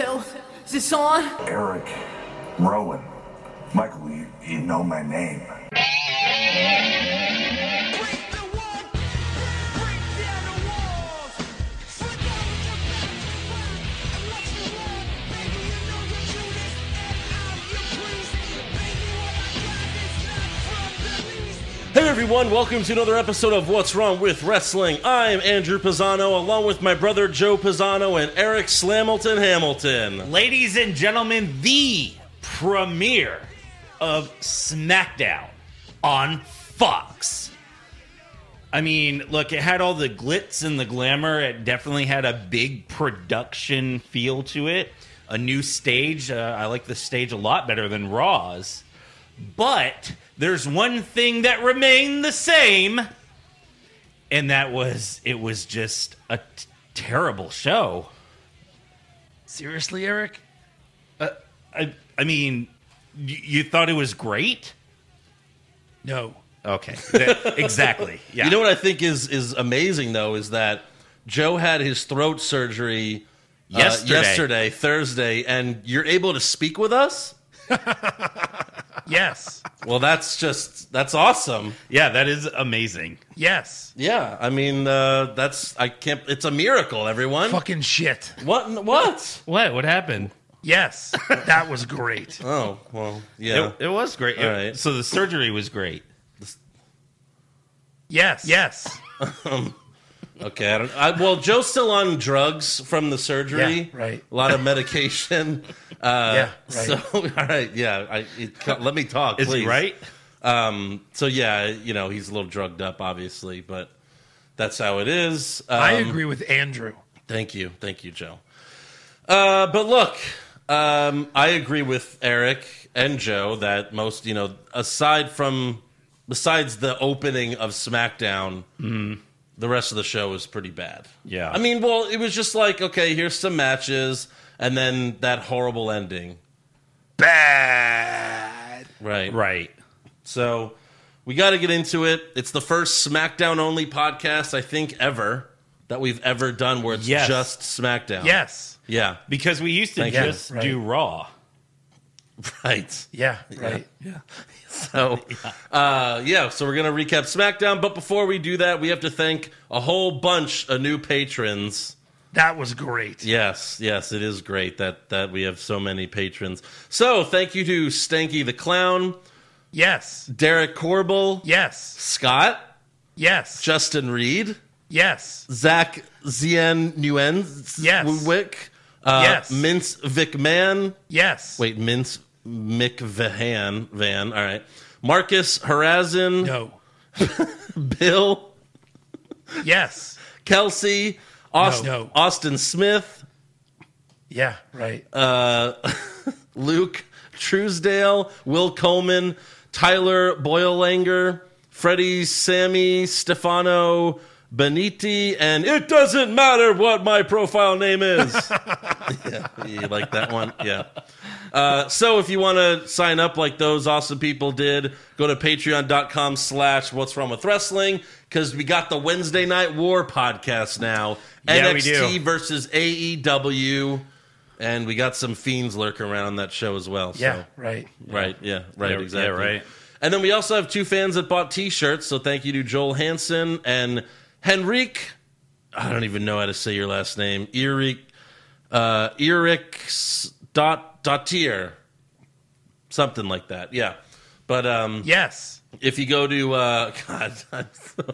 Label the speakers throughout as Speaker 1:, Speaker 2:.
Speaker 1: Oh,
Speaker 2: Is this on?
Speaker 3: Eric Rowan. Michael, you, you know my name.
Speaker 4: Break the wall, break down the walls. Flick out your back to burn unless you want. Baby, you know your Judas and I'm your priest. Baby, what I got is not from the least.
Speaker 5: Hey everyone, welcome to another episode of What's Wrong with Wrestling. I'm Andrew Pisano, along with my brother Joe Pisano and Eric Slamilton Hamilton.
Speaker 6: Ladies and gentlemen, the premiere of SmackDown on Fox. I mean, look, it had all the glitz and the glamour. It definitely had a big production feel to it. A new stage. Uh, I like the stage a lot better than Raw's. But there's one thing that remained the same, and that was it was just a t- terrible show.
Speaker 7: Seriously, Eric?
Speaker 6: Uh, I, I mean, you, you thought it was great?
Speaker 7: No.
Speaker 6: Okay, that- exactly. Yeah.
Speaker 5: You know what I think is is amazing though is that Joe had his throat surgery uh,
Speaker 6: Yesterday.
Speaker 5: yesterday, Thursday, and you're able to speak with us.
Speaker 7: Yes.
Speaker 5: Well, that's just that's awesome.
Speaker 6: yeah, that is amazing.
Speaker 7: yes.
Speaker 5: Yeah, I mean uh, that's I can't. It's a miracle, everyone.
Speaker 7: Fucking shit.
Speaker 5: What? What?
Speaker 8: What? What happened?
Speaker 7: Yes. That was great.
Speaker 5: Oh well, yeah.
Speaker 6: It, it was great.
Speaker 5: All right.
Speaker 6: So the surgery was great.
Speaker 7: Yes. Yes.
Speaker 5: Okay, I don't. I, well, Joe's still on drugs from the surgery.
Speaker 7: Yeah, right.
Speaker 5: A lot of medication. Uh,
Speaker 7: yeah. Right.
Speaker 5: So, all right, yeah. I, it, co- let me talk,
Speaker 6: Is
Speaker 5: please.
Speaker 6: he right?
Speaker 5: Um. So yeah, you know he's a little drugged up, obviously, but that's how it is. Um,
Speaker 7: I agree with Andrew.
Speaker 5: Thank you, thank you, Joe. Uh, but look, um, I agree with Eric and Joe that most, you know, aside from besides the opening of SmackDown, the rest of the show was pretty bad.
Speaker 6: Yeah.
Speaker 5: I mean, well, it was just like, okay, here's some matches, and then that horrible ending,
Speaker 7: Bad.
Speaker 5: right?
Speaker 6: Right.
Speaker 5: So we got to get into it. It's the first SmackDown only podcast I think ever that we've ever done where it's
Speaker 6: Yes.
Speaker 5: just SmackDown.
Speaker 7: Yes.
Speaker 5: Yeah.
Speaker 6: Because we used to
Speaker 5: Thank you.
Speaker 6: just
Speaker 7: Yeah, right.
Speaker 6: do Raw.
Speaker 5: Right.
Speaker 7: Yeah. Right. Oh.
Speaker 5: So, uh, yeah, so we're going to recap SmackDown. But before we do that, we have to thank a whole bunch of new patrons.
Speaker 7: That was great.
Speaker 5: Yes, yes, it is great that, that we have so many patrons. So, thank you to Stanky the Clown,
Speaker 7: Yes.
Speaker 5: Derek Corbel,
Speaker 7: Yes.
Speaker 5: Scott,
Speaker 7: Yes.
Speaker 5: Justin Reed,
Speaker 7: yes.
Speaker 5: Zach Zien Nguyen,
Speaker 7: Yes.
Speaker 5: Wick, uh,
Speaker 7: Yes.
Speaker 5: Mince McMahon.
Speaker 7: Yes.
Speaker 5: Wait, Mince McVahan. Van, all right. Marcus Harazin,
Speaker 7: No.
Speaker 5: Bill.
Speaker 7: Yes.
Speaker 5: Kelsey, Aust-
Speaker 7: No.
Speaker 5: Austin Smith,
Speaker 7: Yeah. Right.
Speaker 5: Luke Truesdale, Will Coleman, Tyler Boylanger, Freddie Sammy, Stefano Beniti, and it doesn't matter what my profile name is. yeah, you like that one? Yeah. Uh, so if you want to sign up like those awesome people did, go to patreon.com slash what's wrong with wrestling because we got the Wednesday Night War podcast now.
Speaker 6: Yeah, we
Speaker 5: NXT
Speaker 6: do.
Speaker 5: versus E AEW. And we got some fiends lurking around that show as well. So.
Speaker 7: yeah. Right.
Speaker 5: Right. Yeah. Right.
Speaker 6: Yeah, yeah,
Speaker 5: exactly.
Speaker 6: right.
Speaker 5: And then we also have two fans that bought T-shirts. So thank you to Joel Hansen and Henrique. I don't even know how to say your last name. Eric. Uh, Eric S- dot Dottier. Something like that. Yeah. But um,
Speaker 7: Yes.
Speaker 5: if you go to uh, God, I'm so-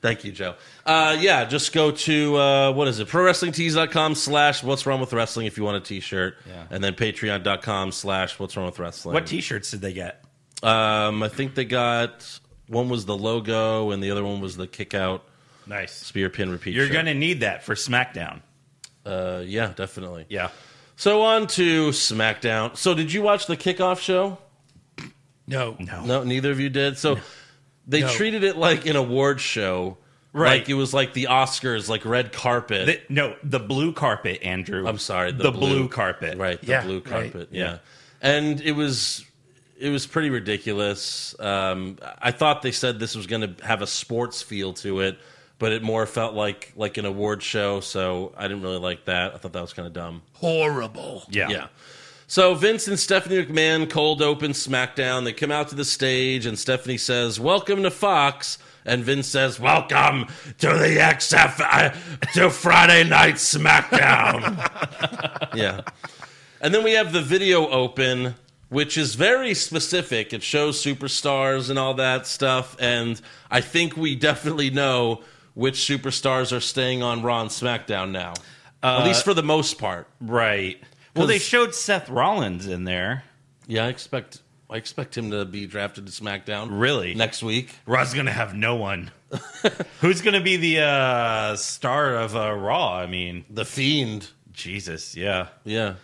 Speaker 5: thank you, Joe. Uh, yeah, just go to uh, what is it? ProWrestlingTees.com slash What's Wrong with Wrestling if you want a T-shirt,
Speaker 6: Yeah.
Speaker 5: and then Patreon.com slash What's Wrong with Wrestling.
Speaker 6: What t shirts did they get?
Speaker 5: Um, I think they got one was the logo and the other one was the kick out
Speaker 6: Nice.
Speaker 5: spear pin repeat.
Speaker 6: You're
Speaker 5: shirt.
Speaker 6: going to need that for SmackDown.
Speaker 5: uh, yeah, definitely.
Speaker 6: Yeah.
Speaker 5: So on to SmackDown. So did you watch the kickoff show?
Speaker 7: No.
Speaker 5: No, neither of you did. So they
Speaker 7: No.
Speaker 5: treated it like an award show.
Speaker 6: Right.
Speaker 5: Like it was like the Oscars, like red carpet.
Speaker 6: The- no, the blue carpet, Andrew.
Speaker 5: I'm sorry, the
Speaker 6: The,
Speaker 5: blue-
Speaker 6: blue, carpet.
Speaker 5: right, the
Speaker 7: Yeah,
Speaker 5: blue
Speaker 7: right.
Speaker 5: carpet. Yeah. And it was it was pretty ridiculous. Um, I thought they said this was going to have a sports feel to it. but it more felt like like an award show. So I didn't really like that. I thought that was kind of dumb.
Speaker 7: Horrible.
Speaker 6: Yeah.
Speaker 5: Yeah. So Vince and Stephanie McMahon cold open SmackDown. They come out to the stage, and Stephanie says, "Welcome to Fox," and Vince says, "Welcome to the XF I- to Friday Night SmackDown." yeah. And then we have the video open, which is very specific. It shows superstars and all that stuff, and I think we definitely know which superstars are staying on Raw and SmackDown now, at least for the most part.
Speaker 6: Right. Well, they
Speaker 5: 'Cause-
Speaker 6: showed Seth Rollins in there.
Speaker 5: Yeah, I expect I expect him to be drafted to SmackDown.
Speaker 6: Really?
Speaker 5: Next week.
Speaker 6: Raw's gonna have no one. Who's gonna be the uh, star of uh, Raw? I mean,
Speaker 5: The Fiend.
Speaker 6: Jesus, yeah.
Speaker 5: Yeah.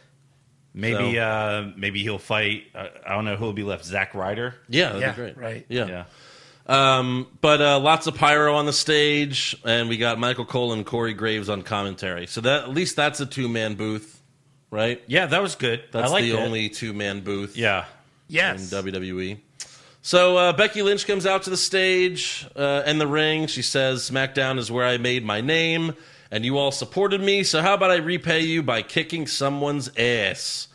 Speaker 6: Maybe
Speaker 5: So-
Speaker 6: uh, maybe he'll fight. Uh, I don't know who'll be left. Zack Ryder.
Speaker 5: Yeah, that'd
Speaker 7: Yeah,
Speaker 5: be great.
Speaker 7: right.
Speaker 5: Yeah. Um, but uh, lots of pyro on the stage, and we got Michael Cole and Corey Graves on commentary. So that at least that's a two man booth, right?
Speaker 6: Yeah, that was good.
Speaker 5: That's
Speaker 6: I liked
Speaker 5: the
Speaker 6: it.
Speaker 5: only two man booth
Speaker 6: Yeah.
Speaker 5: in
Speaker 7: Yes.
Speaker 5: WWE. So uh, Becky Lynch comes out to the stage uh, and the ring. She says, SmackDown is where I made my name, and you all supported me, so how about I repay you by kicking someone's ass?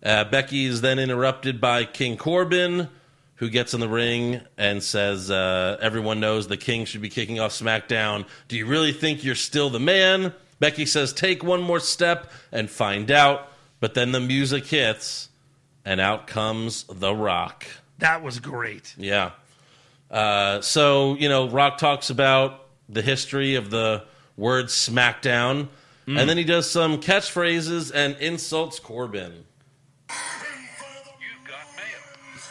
Speaker 5: Uh, Becky is then interrupted by King Corbin, who gets in the ring and says, uh, Everyone knows the King should be kicking off SmackDown. Do you really think you're still the man? Becky says, Take one more step and find out. But then the music hits, and out comes The Rock.
Speaker 7: that was great.
Speaker 5: Yeah. Uh, so, you know, Rock talks about the history of the word SmackDown, and then he does some catchphrases and insults Corbin.
Speaker 2: You've got mail.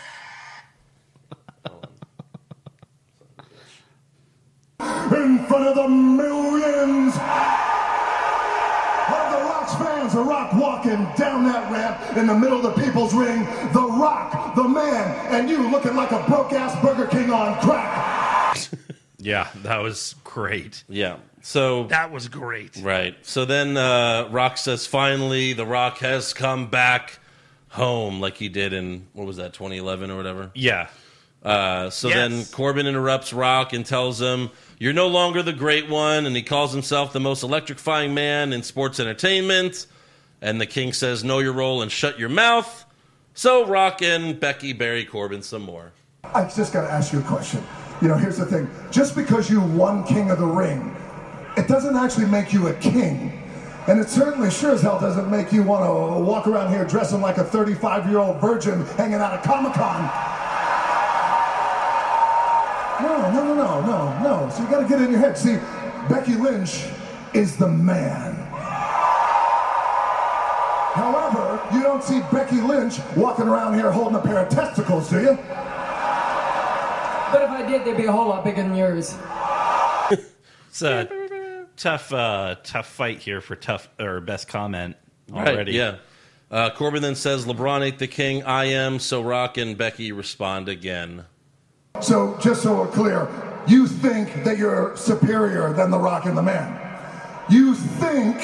Speaker 3: In front of the millions of the Rock's fans, The Rock walking down that ramp in the middle of the people's ring. The Rock, the man, and you looking like a broke ass Burger King on crack.
Speaker 6: Yeah, that was great.
Speaker 5: Yeah. So
Speaker 7: That was great.
Speaker 5: right. So then uh, Rock says, "Finally, The Rock has come back home, like he did in what was that, 2011 or whatever."
Speaker 6: Yeah.
Speaker 5: Uh, so
Speaker 7: Yes.
Speaker 5: then Corbin interrupts Rock and tells him, "You're no longer the great one," and he calls himself the most electrifying man in sports entertainment. And the King says, "Know your role and shut your mouth." So Rock and Becky bury Corbin some more.
Speaker 3: I just got to ask you a question. You know, here's the thing just because you won King of the Ring, it doesn't actually make you a king. And it certainly sure as hell doesn't make you want to walk around here dressing like a 35 year old virgin hanging out at Comic Con. No, no, no, no, no, no. So you got to get in your head. See, Becky Lynch is the man. However, you don't see Becky Lynch walking around here holding a pair of testicles, do you?
Speaker 8: But if I did, they'd be a whole lot bigger than yours.
Speaker 6: It's a tough, uh, tough fight here for tough or best comment already.
Speaker 5: Right, yeah. Uh, Corbin then says, LeBron ain't the king. I am. So Rock and Becky respond again.
Speaker 3: So, just so we're clear, you think that you're superior than The Rock and the Man. You think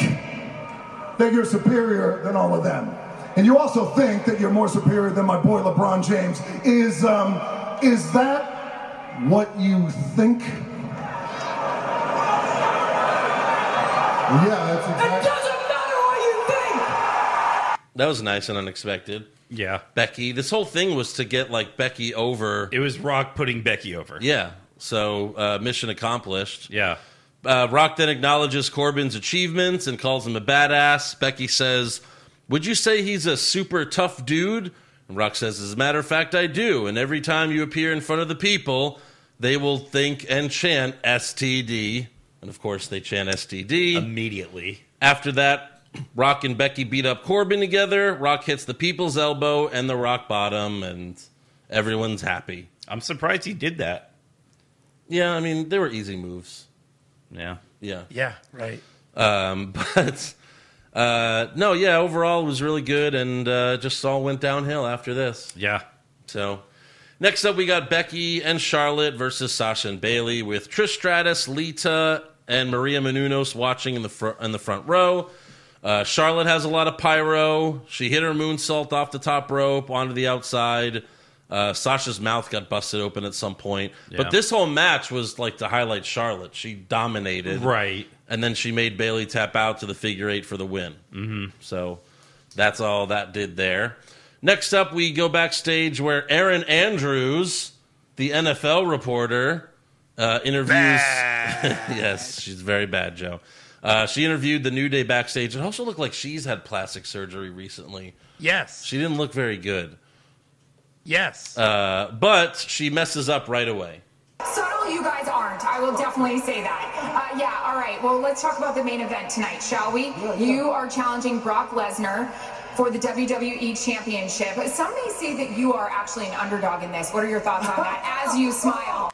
Speaker 3: that you're superior than all of them. And you also think that you're more superior than my boy LeBron James. Is, um, is that what you think? Yeah, that's
Speaker 8: It
Speaker 3: exactly.
Speaker 8: doesn't matter what you think!
Speaker 5: That was nice and unexpected.
Speaker 6: Yeah.
Speaker 5: Becky, this whole thing was to get like Becky over.
Speaker 6: It was Rock putting Becky over.
Speaker 5: Yeah. So uh, mission accomplished.
Speaker 6: Yeah.
Speaker 5: Uh, Rock then acknowledges Corbin's achievements and calls him a badass. Becky says, Would you say he's a super tough dude? And Rock says, As a matter of fact, I do. And every time you appear in front of the people, they will think and chant STD. And of course, they chant STD.
Speaker 6: Immediately.
Speaker 5: After that, Rock and Becky beat up Corbin together. Rock hits the people's elbow and the rock bottom, and everyone's happy.
Speaker 6: I'm surprised he did that.
Speaker 5: Yeah, I mean, they were easy moves.
Speaker 6: Yeah.
Speaker 5: Yeah.
Speaker 7: Yeah, right.
Speaker 5: Um, but uh, no, yeah, overall it was really good, and uh, just all went downhill after this.
Speaker 6: Yeah.
Speaker 5: So next up, we got Becky and Charlotte versus Sasha and Bailey with Trish Stratus, Lita, and Maria Menounos watching in the front in the front row. Uh, Charlotte has a lot of pyro. She hit her moonsault off the top rope onto the outside. Uh, Sasha's mouth got busted open at some point,
Speaker 6: Yeah.
Speaker 5: but this whole match was like to highlight Charlotte. She dominated,
Speaker 6: Right.
Speaker 5: And then she made Bailey tap out to the figure eight for the win. Mm-hmm. So that's all that did there. Next up, we go backstage where Aaron Andrews, the NFL reporter, uh, interviews. yes, she's very bad, Joe. Uh, she interviewed the New Day backstage. It also looked like she's had plastic surgery recently.
Speaker 7: Yes.
Speaker 5: She didn't look very good,
Speaker 7: yes.
Speaker 5: uh, but she messes up right away.
Speaker 9: Subtle you guys aren't. I will definitely say that. Uh, yeah, all right. Well, let's talk about the main event tonight, shall we? You are challenging Brock Lesnar for the WWE Championship. Some may say that you are actually an underdog in this. What are your thoughts on that as you smile?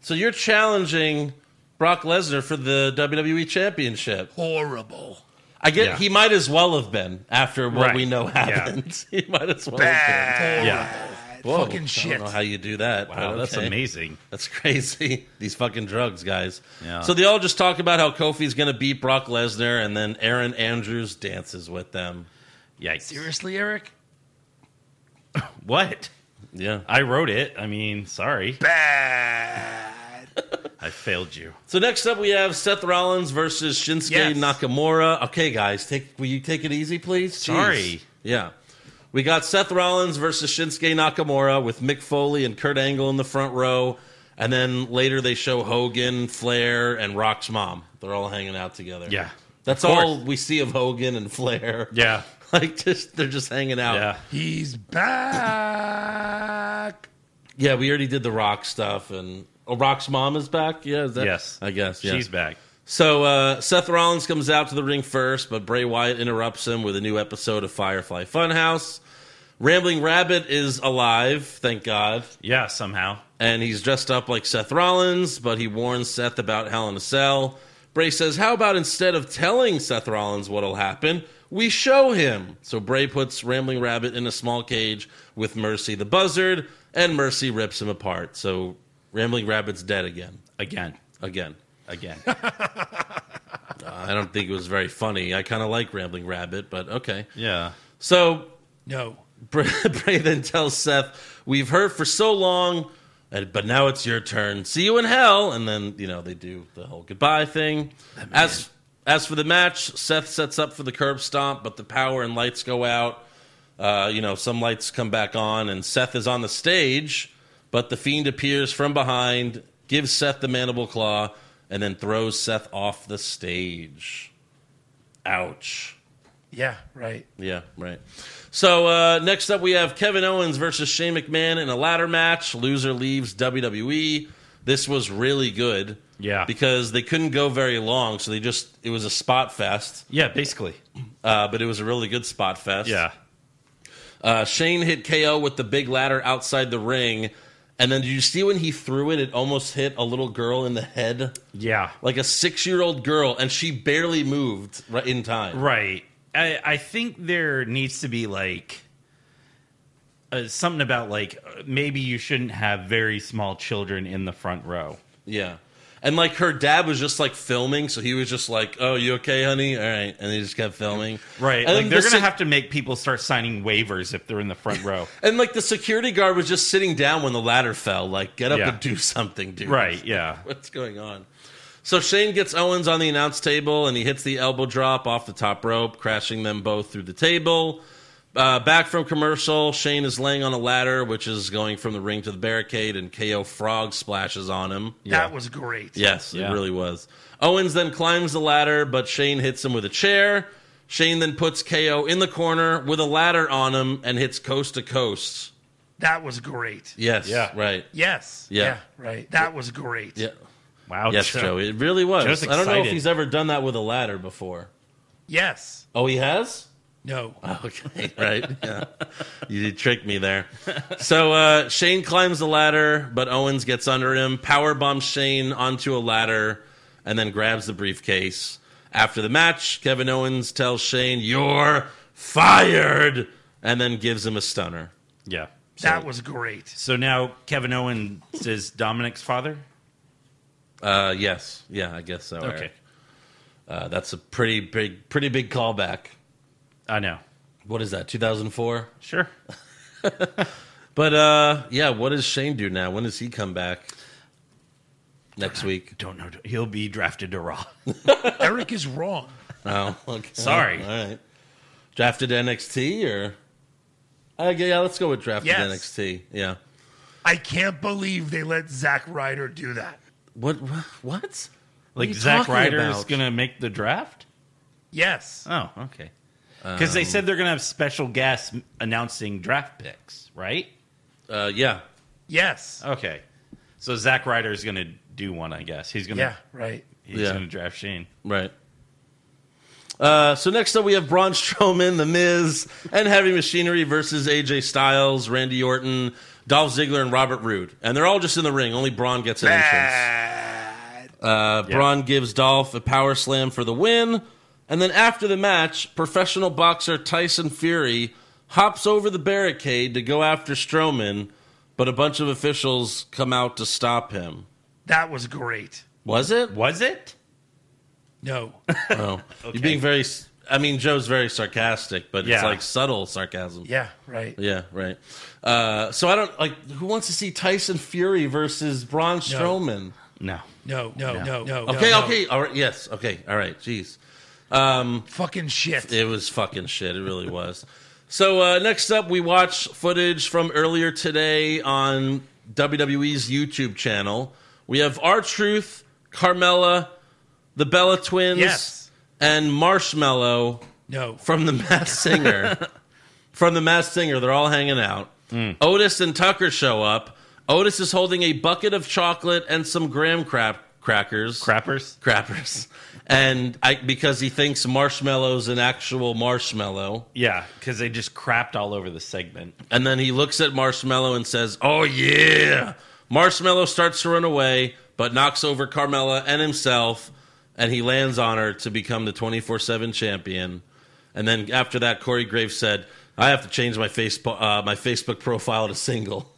Speaker 5: So you're challenging Brock Lesnar for the WWE Championship.
Speaker 7: Horrible.
Speaker 5: I get
Speaker 6: Yeah.
Speaker 5: he might as well have been after what
Speaker 6: Right.
Speaker 5: we know
Speaker 6: Yeah.
Speaker 5: happened. he might as well have been.
Speaker 7: Bad.
Speaker 6: Yeah.
Speaker 5: Whoa,
Speaker 7: Fucking
Speaker 5: I
Speaker 7: shit.
Speaker 5: don't know how you do that.
Speaker 6: Wow,
Speaker 5: but
Speaker 6: that's
Speaker 5: Oh, okay.
Speaker 6: amazing.
Speaker 5: That's crazy. These fucking drugs, guys.
Speaker 6: Yeah.
Speaker 5: So they all just talk about how Kofi's going to beat Brock Lesnar, and then Aaron Andrews dances with them.
Speaker 6: Yikes.
Speaker 7: Seriously, Eric?
Speaker 6: What?
Speaker 5: Yeah.
Speaker 6: I wrote it. I mean, sorry.
Speaker 7: Bad.
Speaker 6: I failed you.
Speaker 5: So next up, we have Seth Rollins versus Shinsuke
Speaker 7: Yes.
Speaker 5: Nakamura. Okay, guys, take will you take it easy, please? Jeez.
Speaker 6: Sorry.
Speaker 5: Yeah. We got Seth Rollins versus Shinsuke Nakamura with Mick Foley and Kurt Angle in the front row. And then later they show Hogan, Flair, and Rock's mom. They're all hanging out together.
Speaker 6: Yeah.
Speaker 5: That's
Speaker 6: Of course.
Speaker 5: all we see of Hogan and Flair.
Speaker 6: Yeah.
Speaker 5: Like just they're just hanging out.
Speaker 6: Yeah.
Speaker 7: He's back.
Speaker 5: Yeah, we already did the Rock stuff and oh, Rock's mom is back. Yeah, is that,
Speaker 6: yes.
Speaker 5: I guess. Yeah.
Speaker 6: She's back.
Speaker 5: So uh, Seth Rollins comes out to the ring first, but Bray Wyatt interrupts him with a new episode of Firefly Funhouse. Rambling Rabbit is alive, thank God,
Speaker 6: Yeah, somehow.
Speaker 5: and he's dressed up like Seth Rollins, but he warns Seth about Hell in a Cell. Bray says, How about instead of telling Seth Rollins what'll happen, we show him? So Bray puts Rambling Rabbit in a small cage with Mercy the Buzzard, and Mercy rips him apart. So Rambling Rabbit's dead again.
Speaker 6: Again.
Speaker 5: Again.
Speaker 6: Again.
Speaker 5: I don't think it was very funny. I kind of like Rambling Rabbit, but okay.
Speaker 6: yeah.
Speaker 5: So
Speaker 7: No.
Speaker 5: Bray, Bray then tells Seth, "We've heard for so long, and- but now it's your turn. See you in hell." And then you know they do the whole goodbye thing. As as for the match, Seth sets up for the curb stomp, but the power and lights go out. Uh, you know, some lights come back on, and Seth is on the stage, but the fiend appears from behind, gives Seth the mandible claw, and then throws Seth off the stage. Ouch.
Speaker 7: Yeah, right.
Speaker 5: Yeah, right. So uh, next up, we have Kevin Owens versus Shane McMahon in a ladder match. Loser leaves WWE. This was really good.
Speaker 6: Yeah.
Speaker 5: because they couldn't go very long, so they just it was a spot fest,
Speaker 6: Yeah, basically.
Speaker 5: uh, but it was a really good spot fest.
Speaker 6: Yeah.
Speaker 5: uh, Shane hit KO with the big ladder outside the ring, and then did you see when he threw it? It almost hit a little girl in the head,
Speaker 6: Yeah.
Speaker 5: like a six-year-old girl, and she barely moved right in time.
Speaker 6: Right. I, I think there needs to be like uh, something about like uh, maybe you shouldn't have very small children in the front row.
Speaker 5: Yeah. And like her dad was just like filming, so he was just like, "Oh, you okay, honey? All right," and he just kept filming.
Speaker 6: Right.
Speaker 5: And then
Speaker 6: like they're
Speaker 5: the
Speaker 6: going to
Speaker 5: sec-
Speaker 6: have to make people start signing waivers if they're in the front row.
Speaker 5: And like the security guard was just sitting down when the ladder fell. Like, get up
Speaker 6: Yeah.
Speaker 5: and do something, dude.
Speaker 6: right. Yeah.
Speaker 5: What's going on? So Shane gets Owens on the announce table, and he hits the elbow drop off the top rope, crashing them both through the table. Uh, back from commercial, Shane is laying on a ladder, which is going from the ring to the barricade, and KO Frog splashes on him.
Speaker 7: That was great.
Speaker 5: Yes,
Speaker 6: Yeah.
Speaker 5: it really was. Owens then climbs the ladder, but Shane hits him with a chair. Shane then puts KO in the corner with a ladder on him and hits coast to coast.
Speaker 7: That was great.
Speaker 5: Yes,
Speaker 6: Yeah.
Speaker 5: right.
Speaker 7: Yes.
Speaker 5: Yeah.
Speaker 7: right. That was great.
Speaker 5: Yeah.
Speaker 6: Wow.
Speaker 5: Yes,
Speaker 6: Joe.
Speaker 5: Joe. It really was.
Speaker 6: Joe's
Speaker 5: I don't know if
Speaker 6: excited.
Speaker 5: he's ever done that with a ladder before.
Speaker 7: Yes.
Speaker 5: Oh, he has?
Speaker 7: No.
Speaker 5: Okay, right. Yeah. You tricked me there. So uh, Shane climbs the ladder, but Owens gets under him, power bombs Shane onto a ladder, and then grabs the briefcase. After the match, Kevin Owens tells Shane, You're fired, and then gives him a stunner.
Speaker 6: Yeah.
Speaker 7: that was great.
Speaker 6: So now Kevin Owens is Dominic's father.
Speaker 5: Uh, yes. Yeah, I guess so.
Speaker 6: Okay.
Speaker 5: Eric. Uh, that's a pretty big, pretty big callback.
Speaker 6: I know.
Speaker 5: What is that, 2004?
Speaker 6: Sure.
Speaker 5: But uh, yeah, what does Shane do now? When does he come back? Next week.
Speaker 6: Don't know. Oh, He'll be drafted to Raw.
Speaker 7: Eric is wrong.
Speaker 5: Oh, okay.
Speaker 6: Sorry.
Speaker 5: All right. Drafted NXT or? Uh, yeah, let's go with drafted
Speaker 7: Yes.
Speaker 5: NXT. Yeah.
Speaker 7: I can't believe they let Zack Ryder do that.
Speaker 5: What? What? What? are
Speaker 6: Like
Speaker 5: you
Speaker 6: Zack
Speaker 5: talking
Speaker 6: Ryder is
Speaker 5: about?
Speaker 6: gonna make the draft.
Speaker 7: Yes.
Speaker 6: Oh, okay. Because they said they're gonna have special guests announcing draft picks, right?
Speaker 5: Uh, yeah.
Speaker 7: Yes.
Speaker 6: Okay. So Zack Ryder is gonna do one, I guess. He's gonna
Speaker 7: Yeah, right.
Speaker 6: he's
Speaker 5: Yeah.
Speaker 6: gonna draft Shane.
Speaker 5: Right. Uh, so next up, we have Braun Strowman, The Miz, and Heavy Machinery versus AJ Styles, Randy Orton, Dolph Ziggler, and Robert Roode. And they're all just in the ring. Only Braun gets an entrance.
Speaker 7: Bad.
Speaker 5: Uh, Braun gives Dolph a power slam for the win. And then after the match, professional boxer Tyson Fury hops over the barricade to go after Strowman, but a bunch of officials come out to stop him.
Speaker 7: That was great.
Speaker 5: Was it?
Speaker 6: Was it?
Speaker 7: No.
Speaker 5: Oh, you're being very. s- I mean, Joe's very sarcastic, but it's
Speaker 6: Yeah.
Speaker 5: like subtle sarcasm.
Speaker 7: Yeah, right.
Speaker 5: Yeah, right. Uh, so I don't like. Who wants to see Tyson Fury versus Braun Strowman?
Speaker 6: No.
Speaker 7: No, no, no, no.
Speaker 5: Okay,
Speaker 7: no, no.
Speaker 5: okay, all right. Yes, okay, all right. Jeez,
Speaker 7: Fucking shit.
Speaker 5: it was fucking shit. It really was. So uh, next up, we watch footage from earlier today on WWE's YouTube channel. We have R Truth, Carmella, the Bella Twins,
Speaker 7: Yes.
Speaker 5: and Marshmallow
Speaker 7: No.
Speaker 5: from the mass singer from the mass singer they're all hanging out otis and tucker show up otis is holding a bucket of chocolate and some graham crap crackers
Speaker 6: Crappers?
Speaker 5: crappers and i because he thinks marshmallow's an actual marshmallow
Speaker 6: Yeah, because they just crapped all over the segment.
Speaker 5: and then he looks at marshmallow and says oh yeah marshmallow starts to run away but knocks over carmela and himself and he lands on her to become the 24-7 champion and then after that, Corey Graves said, "I have to change my Facebook uh, my Facebook profile to single."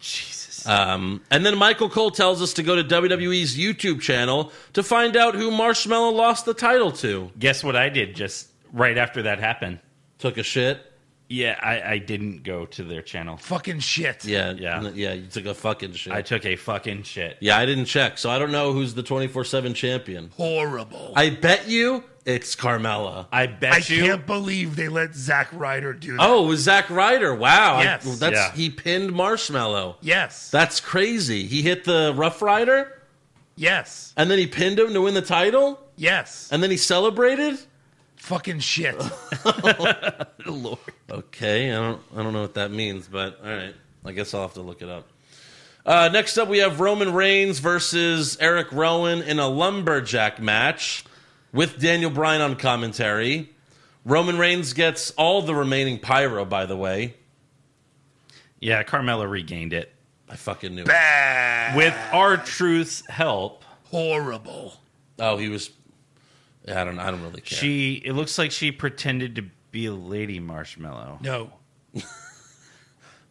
Speaker 6: Jesus.
Speaker 5: Um, and then Michael Cole tells us to go to WWE's YouTube channel to find out who Marshmallow lost the title to.
Speaker 6: Guess what I did just right after that happened?
Speaker 5: Took a shit.
Speaker 6: Yeah, I, I didn't go to their channel.
Speaker 7: Fucking shit.
Speaker 5: Yeah,
Speaker 6: Yeah.
Speaker 5: n- yeah. You took a fucking shit.
Speaker 6: I took a fucking shit.
Speaker 5: yeah, I didn't check, so I don't know who's the twenty four seven champion.
Speaker 7: Horrible.
Speaker 5: I bet you it's Carmella.
Speaker 6: I
Speaker 7: I
Speaker 6: bet you.
Speaker 7: can't believe they let Zack Ryder do that.
Speaker 5: Oh, it was Zack Ryder. Wow. I-
Speaker 7: Yes.
Speaker 5: that's
Speaker 6: Yeah.
Speaker 5: he pinned Marshmallow.
Speaker 7: Yes.
Speaker 5: That's crazy. He hit the Rough Rider.
Speaker 7: yes.
Speaker 5: And then he pinned him to win the title?
Speaker 7: Yes.
Speaker 5: And then he celebrated?
Speaker 7: Fucking shit.
Speaker 5: Okay, I don't I don't know what that means, but all right. I guess I'll have to look it up. Uh, next up, we have Roman Reigns versus Eric Rowan in a lumberjack match with Daniel Bryan on commentary. Roman Reigns gets all the remaining pyro, by the way.
Speaker 6: Yeah, Carmella regained it.
Speaker 5: I fucking knew. it.
Speaker 7: Bad.
Speaker 6: With our truth's help,
Speaker 7: Horrible.
Speaker 5: Oh, he was. Yeah, I don't. I don't really care.
Speaker 6: she it looks like she pretended to be a lady marshmallow.
Speaker 7: No.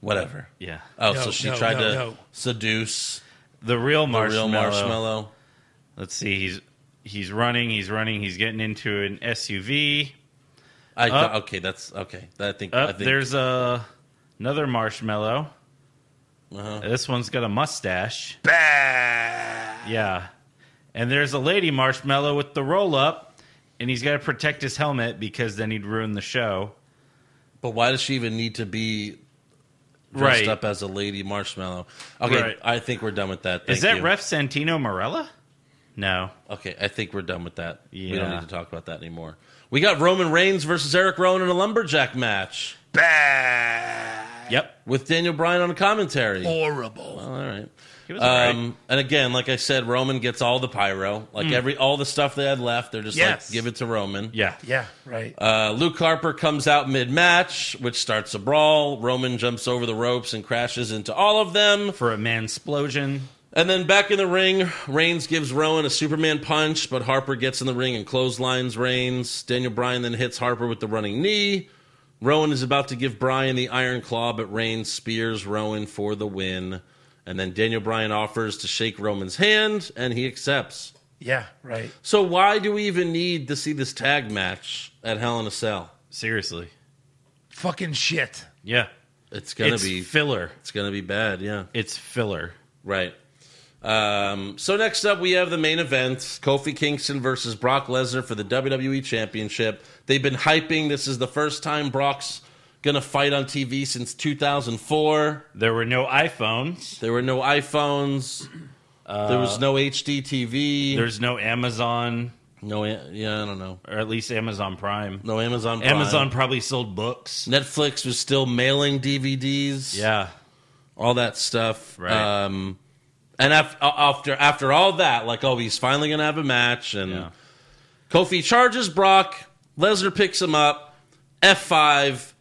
Speaker 5: Whatever.
Speaker 6: Yeah.
Speaker 5: Oh,
Speaker 7: No,
Speaker 5: so she
Speaker 7: no,
Speaker 5: tried
Speaker 7: no,
Speaker 5: to
Speaker 7: no.
Speaker 5: seduce
Speaker 6: The real
Speaker 5: the
Speaker 6: marshmallow.
Speaker 5: real marshmallow.
Speaker 6: Let's see, he's he's running, he's running, he's getting into an SUV.
Speaker 7: Uh.
Speaker 5: I
Speaker 6: Up.
Speaker 5: thought. Okay, that's okay. I think. I
Speaker 6: Up
Speaker 5: think
Speaker 6: Uh, there's a another marshmallow.
Speaker 5: Uh-huh.
Speaker 6: This one's got a mustache.
Speaker 7: Bad.
Speaker 6: Yeah. And there's a lady marshmallow with the roll up, and he's got to protect his helmet because then he'd ruin the show.
Speaker 5: But why does she even need to be dressed
Speaker 6: Right.
Speaker 5: up as a lady marshmallow? Okay,
Speaker 6: Right.
Speaker 5: I think we're done with that. Thank
Speaker 6: Is that
Speaker 5: you.
Speaker 6: Ref Santino Morella? No.
Speaker 5: Okay, I think we're done with that. We don't
Speaker 6: Yeah.
Speaker 5: need to talk about that anymore. We got Roman Reigns versus Eric Rowan in a lumberjack match
Speaker 7: Bad.
Speaker 6: Yep.
Speaker 5: with Daniel Bryan on commentary.
Speaker 7: Horrible.
Speaker 5: All right.
Speaker 6: He was alright.
Speaker 5: Um, and again, like I said, Roman gets all the pyro, like every all the stuff they had left. They're just
Speaker 7: Yes.
Speaker 5: like, give it to Roman.
Speaker 6: Hmm. Yeah.
Speaker 7: Yeah, right.
Speaker 5: Uh, Luke Harper comes out mid match, which starts a brawl. Roman jumps over the ropes and crashes into all of them.
Speaker 6: For a mansplosion.
Speaker 5: And then back in the ring, Reigns gives Rowan a Superman punch, but Harper gets in the ring and clotheslines Reigns. Daniel Bryan then hits Harper with the running knee. Rowan is about to give Bryan the iron claw, but Reigns spears Rowan for the win. And then Daniel Bryan offers to shake Roman's hand, and he accepts.
Speaker 7: yeah, right.
Speaker 5: So, why do we even need to see this tag match at Hell in a Cell?
Speaker 6: Seriously.
Speaker 7: Fucking shit.
Speaker 6: Yeah.
Speaker 5: It's gonna
Speaker 6: it's
Speaker 5: be
Speaker 6: filler.
Speaker 5: it's gonna be bad. Yeah.
Speaker 6: It's filler.
Speaker 5: Right. Um, so next up, we have the main event: Kofi Kingston versus Brock Lesnar for the WWE Championship. They've been hyping this is the first time Brock's gonna fight on TV since 2004.
Speaker 6: There were no iPhones.
Speaker 5: There were no iPhones. Uh, there was no HD TV.
Speaker 6: There's no Amazon,
Speaker 5: no, yeah, I don't know.
Speaker 6: or at least Amazon Prime.
Speaker 5: No Amazon. Prime.
Speaker 6: Amazon probably sold books.
Speaker 5: Netflix was still mailing DVDs.
Speaker 6: Yeah.
Speaker 5: all that stuff.
Speaker 6: Right.
Speaker 5: Um, and af- after after all that, like, oh, he's finally gonna have a match, and
Speaker 6: Yeah.
Speaker 5: Kofi charges Brock. Lesnar picks him up. F five.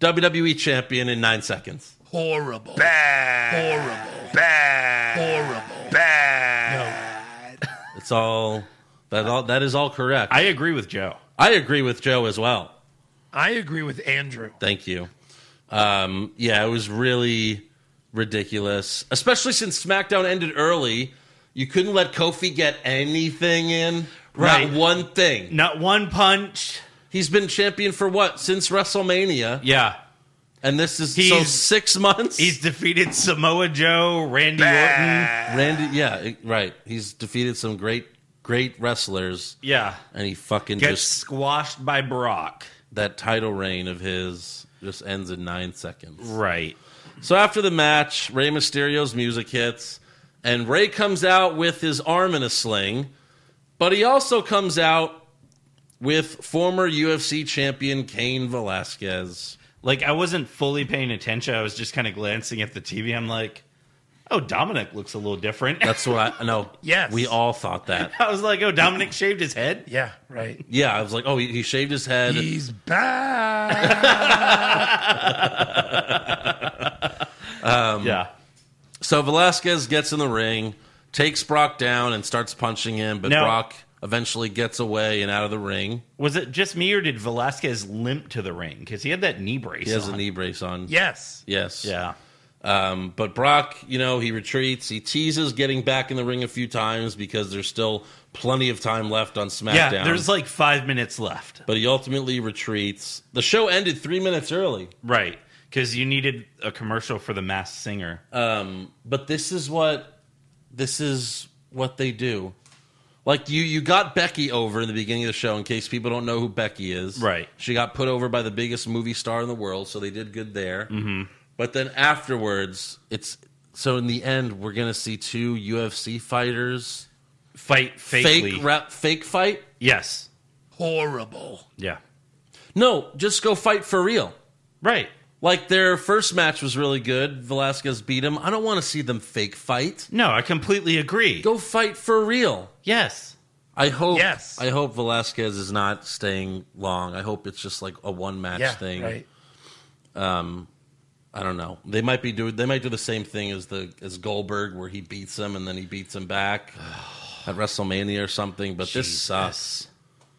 Speaker 5: WWE champion in nine seconds.
Speaker 7: Horrible. Bad. Horrible. Bad. Horrible. Bad.
Speaker 5: It's all that all that is all correct.
Speaker 6: I agree with Joe.
Speaker 5: I agree with Joe as well.
Speaker 7: I agree with Andrew.
Speaker 5: Thank you. Um, yeah, it was really ridiculous, especially since SmackDown ended early. You couldn't let Kofi get anything in,
Speaker 6: Right.
Speaker 5: Not one thing.
Speaker 6: Not one punch.
Speaker 5: He's been champion for what since WrestleMania,
Speaker 6: Yeah.
Speaker 5: and this is so
Speaker 6: He's-
Speaker 5: six months.
Speaker 6: He's defeated Samoa Joe, Randy Orton.
Speaker 5: Randy, yeah, it- right. He's defeated some great, great wrestlers,
Speaker 6: Yeah.
Speaker 5: and he fucking
Speaker 6: Gets
Speaker 5: just
Speaker 6: squashed by Brock.
Speaker 5: that title reign of his just ends in nine seconds.
Speaker 6: Right.
Speaker 5: So after the match, Rey Mysterio's music hits, and Rey comes out with his arm in a sling, but he also comes out with former UFC champion Kane Velasquez.
Speaker 6: Like I wasn't fully paying attention. I was just kind of glancing at the TV. I'm like, oh, Dominic looks a little different.
Speaker 5: That's what I know.
Speaker 7: Yes.
Speaker 5: we all thought that.
Speaker 6: I was like, oh, Dominic shaved his head.
Speaker 7: Yeah, right.
Speaker 5: Yeah, I was like, oh, he, he shaved his head.
Speaker 7: He's back.
Speaker 6: yeah.
Speaker 5: So Velasquez gets in the ring, takes Brock down, and starts punching him, but
Speaker 6: Now-
Speaker 5: Brock eventually gets away and out of the ring.
Speaker 6: Was it just me or did Velasquez limp to the ring? Because he had that knee brace.
Speaker 5: He has a
Speaker 6: on.
Speaker 5: knee brace on.
Speaker 7: yes.
Speaker 5: Yes.
Speaker 6: Yeah.
Speaker 5: Um, but Brock, you know, he retreats. He teases getting back in the ring a few times because there's still plenty of time left on SmackDown.
Speaker 6: Yeah. There's like five minutes left.
Speaker 5: but he ultimately retreats. The show ended three minutes early.
Speaker 6: Right. Because you needed a commercial for the mass singer.
Speaker 5: Uh, But this is what this is what they do. Like you, you got Becky over in the beginning of the show. In case people don't know who Becky is,
Speaker 6: Right.
Speaker 5: She got put over by the biggest movie star in the world, so they did good there. Mm-hmm. But then afterwards, it's so in the end, we're gonna see two UFC fighters
Speaker 6: Fight fakely.
Speaker 5: fake rap, fake fight.
Speaker 6: yes.
Speaker 7: Horrible.
Speaker 6: Yeah.
Speaker 5: No, just go fight for real.
Speaker 6: Right.
Speaker 5: Like their first match was really good. Velasquez beat him. I don't want to see them fake fight.
Speaker 6: No, I completely agree.
Speaker 5: Go fight for real.
Speaker 6: Yes.
Speaker 5: I hope.
Speaker 7: Yes.
Speaker 5: I hope Velasquez is not staying long. I hope it's just like a one match
Speaker 7: Yeah,
Speaker 5: thing.
Speaker 7: right.
Speaker 5: I don't know. They might be do. They might do the same thing as the as Goldberg, where he beats him and then he beats him back at WrestleMania or something. But this sucks.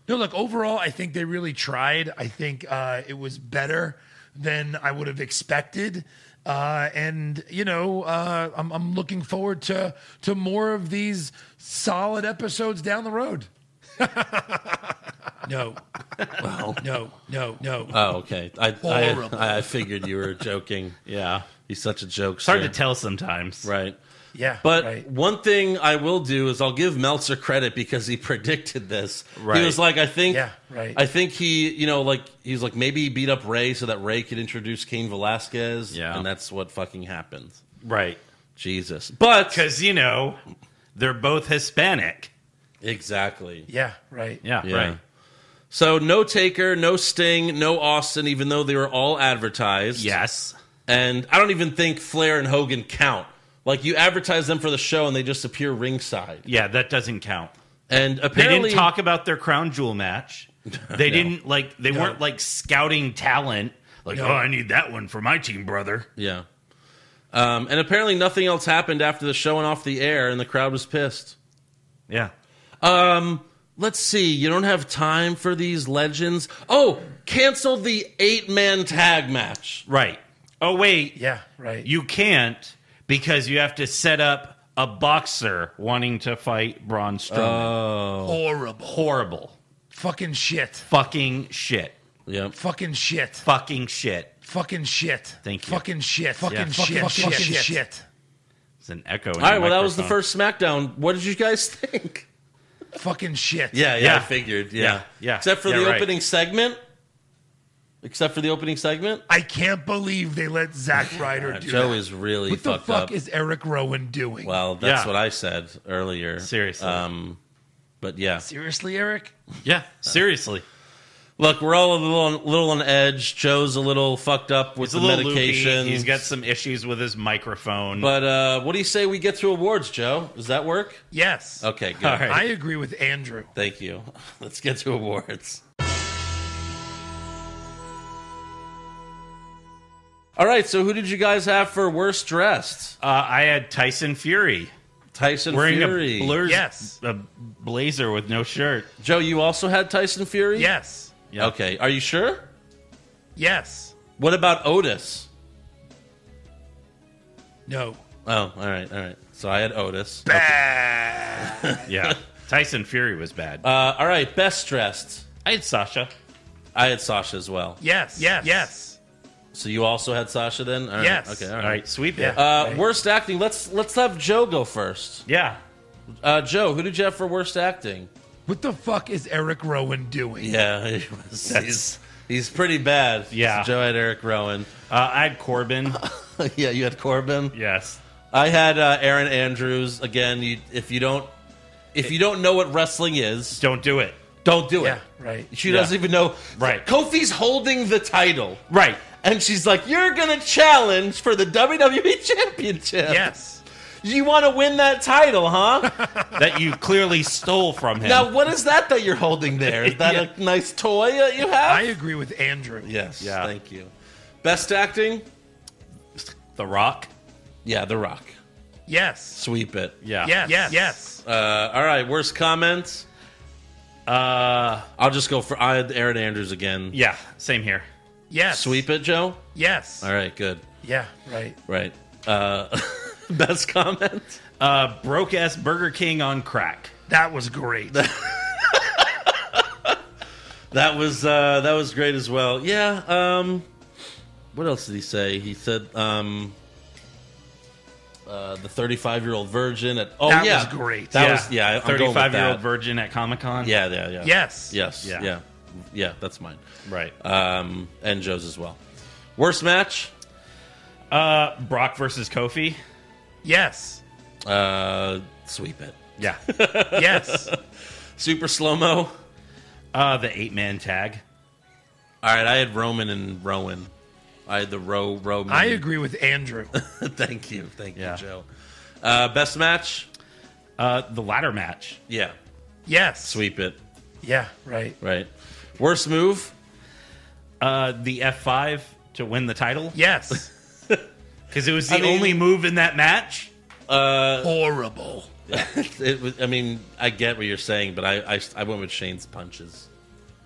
Speaker 7: No, look, overall, I think they really tried. I think uh, it was better than I would have expected. Uh, and, you know, uh, I'm, I'm looking forward to, to more of these solid episodes down the road. no. No, no, no.
Speaker 5: Oh, okay. I
Speaker 7: Horrible.
Speaker 5: I, I figured you were joking.
Speaker 6: Yeah.
Speaker 5: He's such a joke.
Speaker 6: It's hard to tell sometimes.
Speaker 5: Right.
Speaker 7: yeah.
Speaker 5: But
Speaker 7: right.
Speaker 5: one thing I will do is I'll give Meltzer credit because he predicted this. He
Speaker 6: Right.
Speaker 5: was like, I think,
Speaker 7: Yeah, right.
Speaker 5: I think he, you know, like he's like maybe he beat up Ray so that Ray could introduce Cain Velasquez.
Speaker 6: Yeah.
Speaker 5: and that's what fucking happened.
Speaker 6: Right.
Speaker 5: Jesus, but
Speaker 6: Because, you know, they're both Hispanic.
Speaker 5: exactly,
Speaker 7: yeah, right.
Speaker 6: Yeah.
Speaker 5: Yeah.
Speaker 6: Right.
Speaker 5: So no Taker, no Sting, no Austin, even though they were all advertised.
Speaker 6: Yes.
Speaker 5: and I don't even think Flair and Hogan count. Like you advertise them for the show and they just appear ringside.
Speaker 6: Yeah. That doesn't count.
Speaker 5: And
Speaker 6: They
Speaker 5: apparently,
Speaker 6: didn't talk about their crown jewel match. They didn't like. They weren't like scouting talent. Like, oh, I need that one for my team, brother.
Speaker 5: Yeah. Um, and apparently nothing else happened after the show went off the air and the crowd was pissed.
Speaker 6: Yeah.
Speaker 5: Let's see, you don't have time for these legends. Oh, cancel the eight man tag match.
Speaker 6: Right. Oh wait.
Speaker 7: Yeah, right.
Speaker 6: You can't because you have to set up a boxer wanting to fight
Speaker 5: Uh,
Speaker 6: Braun Strowman.
Speaker 7: Horrible.
Speaker 6: Horrible.
Speaker 7: Fucking shit.
Speaker 6: Fucking shit.
Speaker 5: Yep.
Speaker 7: Fucking shit.
Speaker 6: Fucking shit.
Speaker 7: Fucking shit.
Speaker 6: Thank you.
Speaker 7: Fucking shit. Fucking
Speaker 6: Yeah.
Speaker 7: shit.
Speaker 6: Fuck-
Speaker 7: Fucking
Speaker 6: fucking
Speaker 7: shit.
Speaker 6: shit. It's an echo.
Speaker 5: All right, well, that was the first SmackDown. What did you guys think?
Speaker 7: Fucking shit.
Speaker 5: Yeah, yeah,
Speaker 6: Yeah.
Speaker 5: I figured. Yeah.
Speaker 6: Yeah, yeah.
Speaker 5: Except for
Speaker 6: Yeah,
Speaker 5: the
Speaker 6: right.
Speaker 5: opening segment. Except for the opening segment.
Speaker 7: I can't believe they let Zack Ryder do
Speaker 5: Joe
Speaker 7: that.
Speaker 5: is really
Speaker 7: what the
Speaker 5: fucked
Speaker 7: fuck
Speaker 5: up.
Speaker 7: is Eric Rowan doing?
Speaker 5: well, that's
Speaker 6: Yeah.
Speaker 5: what I said earlier.
Speaker 6: Seriously.
Speaker 5: Um, but yeah.
Speaker 7: Seriously, Eric?
Speaker 6: Yeah, seriously.
Speaker 5: Look, we're all a little on, little on edge. Joe's a little fucked up with
Speaker 6: He's a
Speaker 5: the
Speaker 6: little
Speaker 5: medication.
Speaker 6: loopy. He's got some issues with his microphone.
Speaker 5: But uh, what do you say we get through awards, Joe? Does that work?
Speaker 7: Yes.
Speaker 5: Okay, good.
Speaker 6: All right.
Speaker 7: I agree with Andrew.
Speaker 5: Thank you. Let's get to awards. All right, so who did you guys have for worst dressed?
Speaker 6: uh, I had Tyson Fury
Speaker 5: Tyson
Speaker 6: wearing
Speaker 5: Fury.
Speaker 6: a blurs,
Speaker 7: Yes.
Speaker 6: a blazer with no shirt.
Speaker 5: Joe, you also had Tyson Fury?
Speaker 7: Yes.
Speaker 6: Yeah.
Speaker 5: Okay. Are you sure?
Speaker 7: Yes.
Speaker 5: What about Otis?
Speaker 7: No.
Speaker 5: Oh, all right, all right. So I had Otis.
Speaker 7: Bad.
Speaker 6: Yeah, Tyson Fury was bad.
Speaker 5: Uh, all right, best dressed.
Speaker 6: I had Sasha.
Speaker 5: I had Sasha as well.
Speaker 7: Yes. Yes. Yes.
Speaker 5: So you also had Sasha then? All right.
Speaker 7: Yes.
Speaker 5: Okay.
Speaker 6: All right, sweep it.
Speaker 5: Uh, Worst acting. Let's let's have Joe go first.
Speaker 6: yeah,
Speaker 5: Uh, Joe, who did you have for worst acting?
Speaker 7: What the fuck is Eric Rowan doing?
Speaker 5: Yeah, he was- he's he's pretty bad.
Speaker 6: Yeah.
Speaker 5: Joe had Eric Rowan.
Speaker 6: uh, I had Corbin.
Speaker 5: yeah, you had Corbin.
Speaker 6: yes,
Speaker 5: I had uh, Aaron Andrews again. You, if you don't if you don't know what wrestling is,
Speaker 6: don't do it.
Speaker 5: don't do it.
Speaker 7: Yeah, right.
Speaker 5: She
Speaker 6: Yeah.
Speaker 5: doesn't even know.
Speaker 6: Right.
Speaker 5: Kofi's holding the title.
Speaker 6: Right.
Speaker 5: And she's like, "You're gonna challenge for the WWE Championship.
Speaker 7: Yes.
Speaker 5: You want to win that title, huh?
Speaker 6: That you clearly stole from him.
Speaker 5: Now, what is that that you're holding there? Is that a nice toy that you have?
Speaker 7: I agree with Andrew.
Speaker 5: yes.
Speaker 6: Yeah.
Speaker 5: Thank you. Best acting?
Speaker 6: the Rock.
Speaker 5: Yeah, The Rock.
Speaker 7: Yes.
Speaker 5: Sweep it.
Speaker 6: Yeah.
Speaker 7: Yes. Yes. Yes.
Speaker 5: Uh, all right. Worst comments?
Speaker 6: Uh,
Speaker 5: I'll just go for I had Aaron Andrews again.
Speaker 6: yeah. Same here.
Speaker 7: Yes.
Speaker 5: Sweep it, Joe.
Speaker 7: Yes.
Speaker 5: All right. Good.
Speaker 7: Yeah. Right.
Speaker 5: Right. Uh, best comment?
Speaker 6: Uh, broke ass Burger King on crack.
Speaker 7: That was great.
Speaker 5: That was uh, that was great as well. Yeah. Um, what else did he say? He said um, uh, the 35 year old virgin at. Oh
Speaker 7: That
Speaker 5: yeah,
Speaker 7: was great.
Speaker 5: That was yeah. I'm going with
Speaker 6: Thirty-five year old
Speaker 5: that.
Speaker 6: virgin at Comic Con.
Speaker 5: Yeah, yeah, yeah.
Speaker 7: yes.
Speaker 5: Yes. Yeah.
Speaker 6: Yeah.
Speaker 5: Yeah. that's mine.
Speaker 6: Right.
Speaker 5: Um, and Joe's as well. Worst match?
Speaker 6: Uh, Brock versus Kofi.
Speaker 7: Yes.
Speaker 5: Uh, sweep it.
Speaker 6: Yeah.
Speaker 7: Yes.
Speaker 5: Super slow mo. All
Speaker 6: uh, the eight man tag.
Speaker 5: right, I had Roman and Rowan. I had the row Roman.
Speaker 7: I agree with Andrew.
Speaker 5: thank you, thank
Speaker 6: Yeah.
Speaker 5: you, Joe. Uh, best match?
Speaker 6: Uh, the ladder match.
Speaker 5: Yeah,
Speaker 7: Yes.
Speaker 5: sweep it.
Speaker 7: Yeah. Right.
Speaker 5: Right. Worst move?
Speaker 6: Uh, the F five to win the title.
Speaker 7: Yes.
Speaker 6: Because it was the
Speaker 5: I mean-
Speaker 6: only move in that match.
Speaker 7: Horrible.
Speaker 5: It was. I mean, I get what you're saying, but I I, I went with Shane's punches.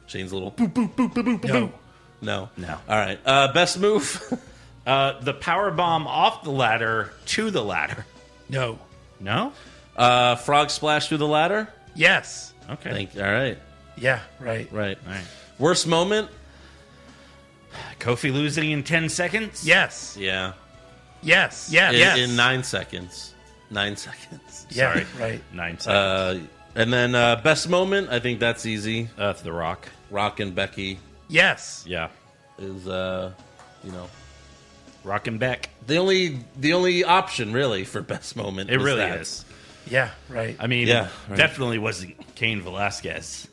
Speaker 5: Shane's little boop boop boop boop boop.
Speaker 7: No.
Speaker 5: No,
Speaker 6: No.
Speaker 5: All right. Uh, best move?
Speaker 6: Uh, the power bomb off the ladder to the ladder.
Speaker 7: No.
Speaker 6: No.
Speaker 5: Uh, frog splash through the ladder.
Speaker 7: Yes.
Speaker 6: Okay.
Speaker 5: Thank. All right.
Speaker 7: Yeah. Right.
Speaker 5: Right.
Speaker 6: All right.
Speaker 5: Worst moment?
Speaker 6: Kofi losing in ten seconds.
Speaker 7: Yes.
Speaker 5: Yeah.
Speaker 7: Yes. Yeah.
Speaker 6: Uh,
Speaker 5: In,
Speaker 7: yes.
Speaker 5: in nine seconds. Nine seconds.
Speaker 7: yeah.
Speaker 6: Sorry.
Speaker 7: Right.
Speaker 6: Nine seconds.
Speaker 5: Uh, and then uh, best moment? I think that's easy.
Speaker 6: Uh, the Rock.
Speaker 5: Rock and Becky
Speaker 7: Yes.
Speaker 6: Yeah.
Speaker 5: is, uh, you know,
Speaker 6: Rock and Beck.
Speaker 5: the only the only option really for best moment.
Speaker 6: It
Speaker 5: was
Speaker 6: really
Speaker 5: that.
Speaker 6: is.
Speaker 7: Yeah. Right.
Speaker 6: I mean,
Speaker 5: Yeah,
Speaker 6: it
Speaker 5: right.
Speaker 6: definitely wasn't Kane Velasquez.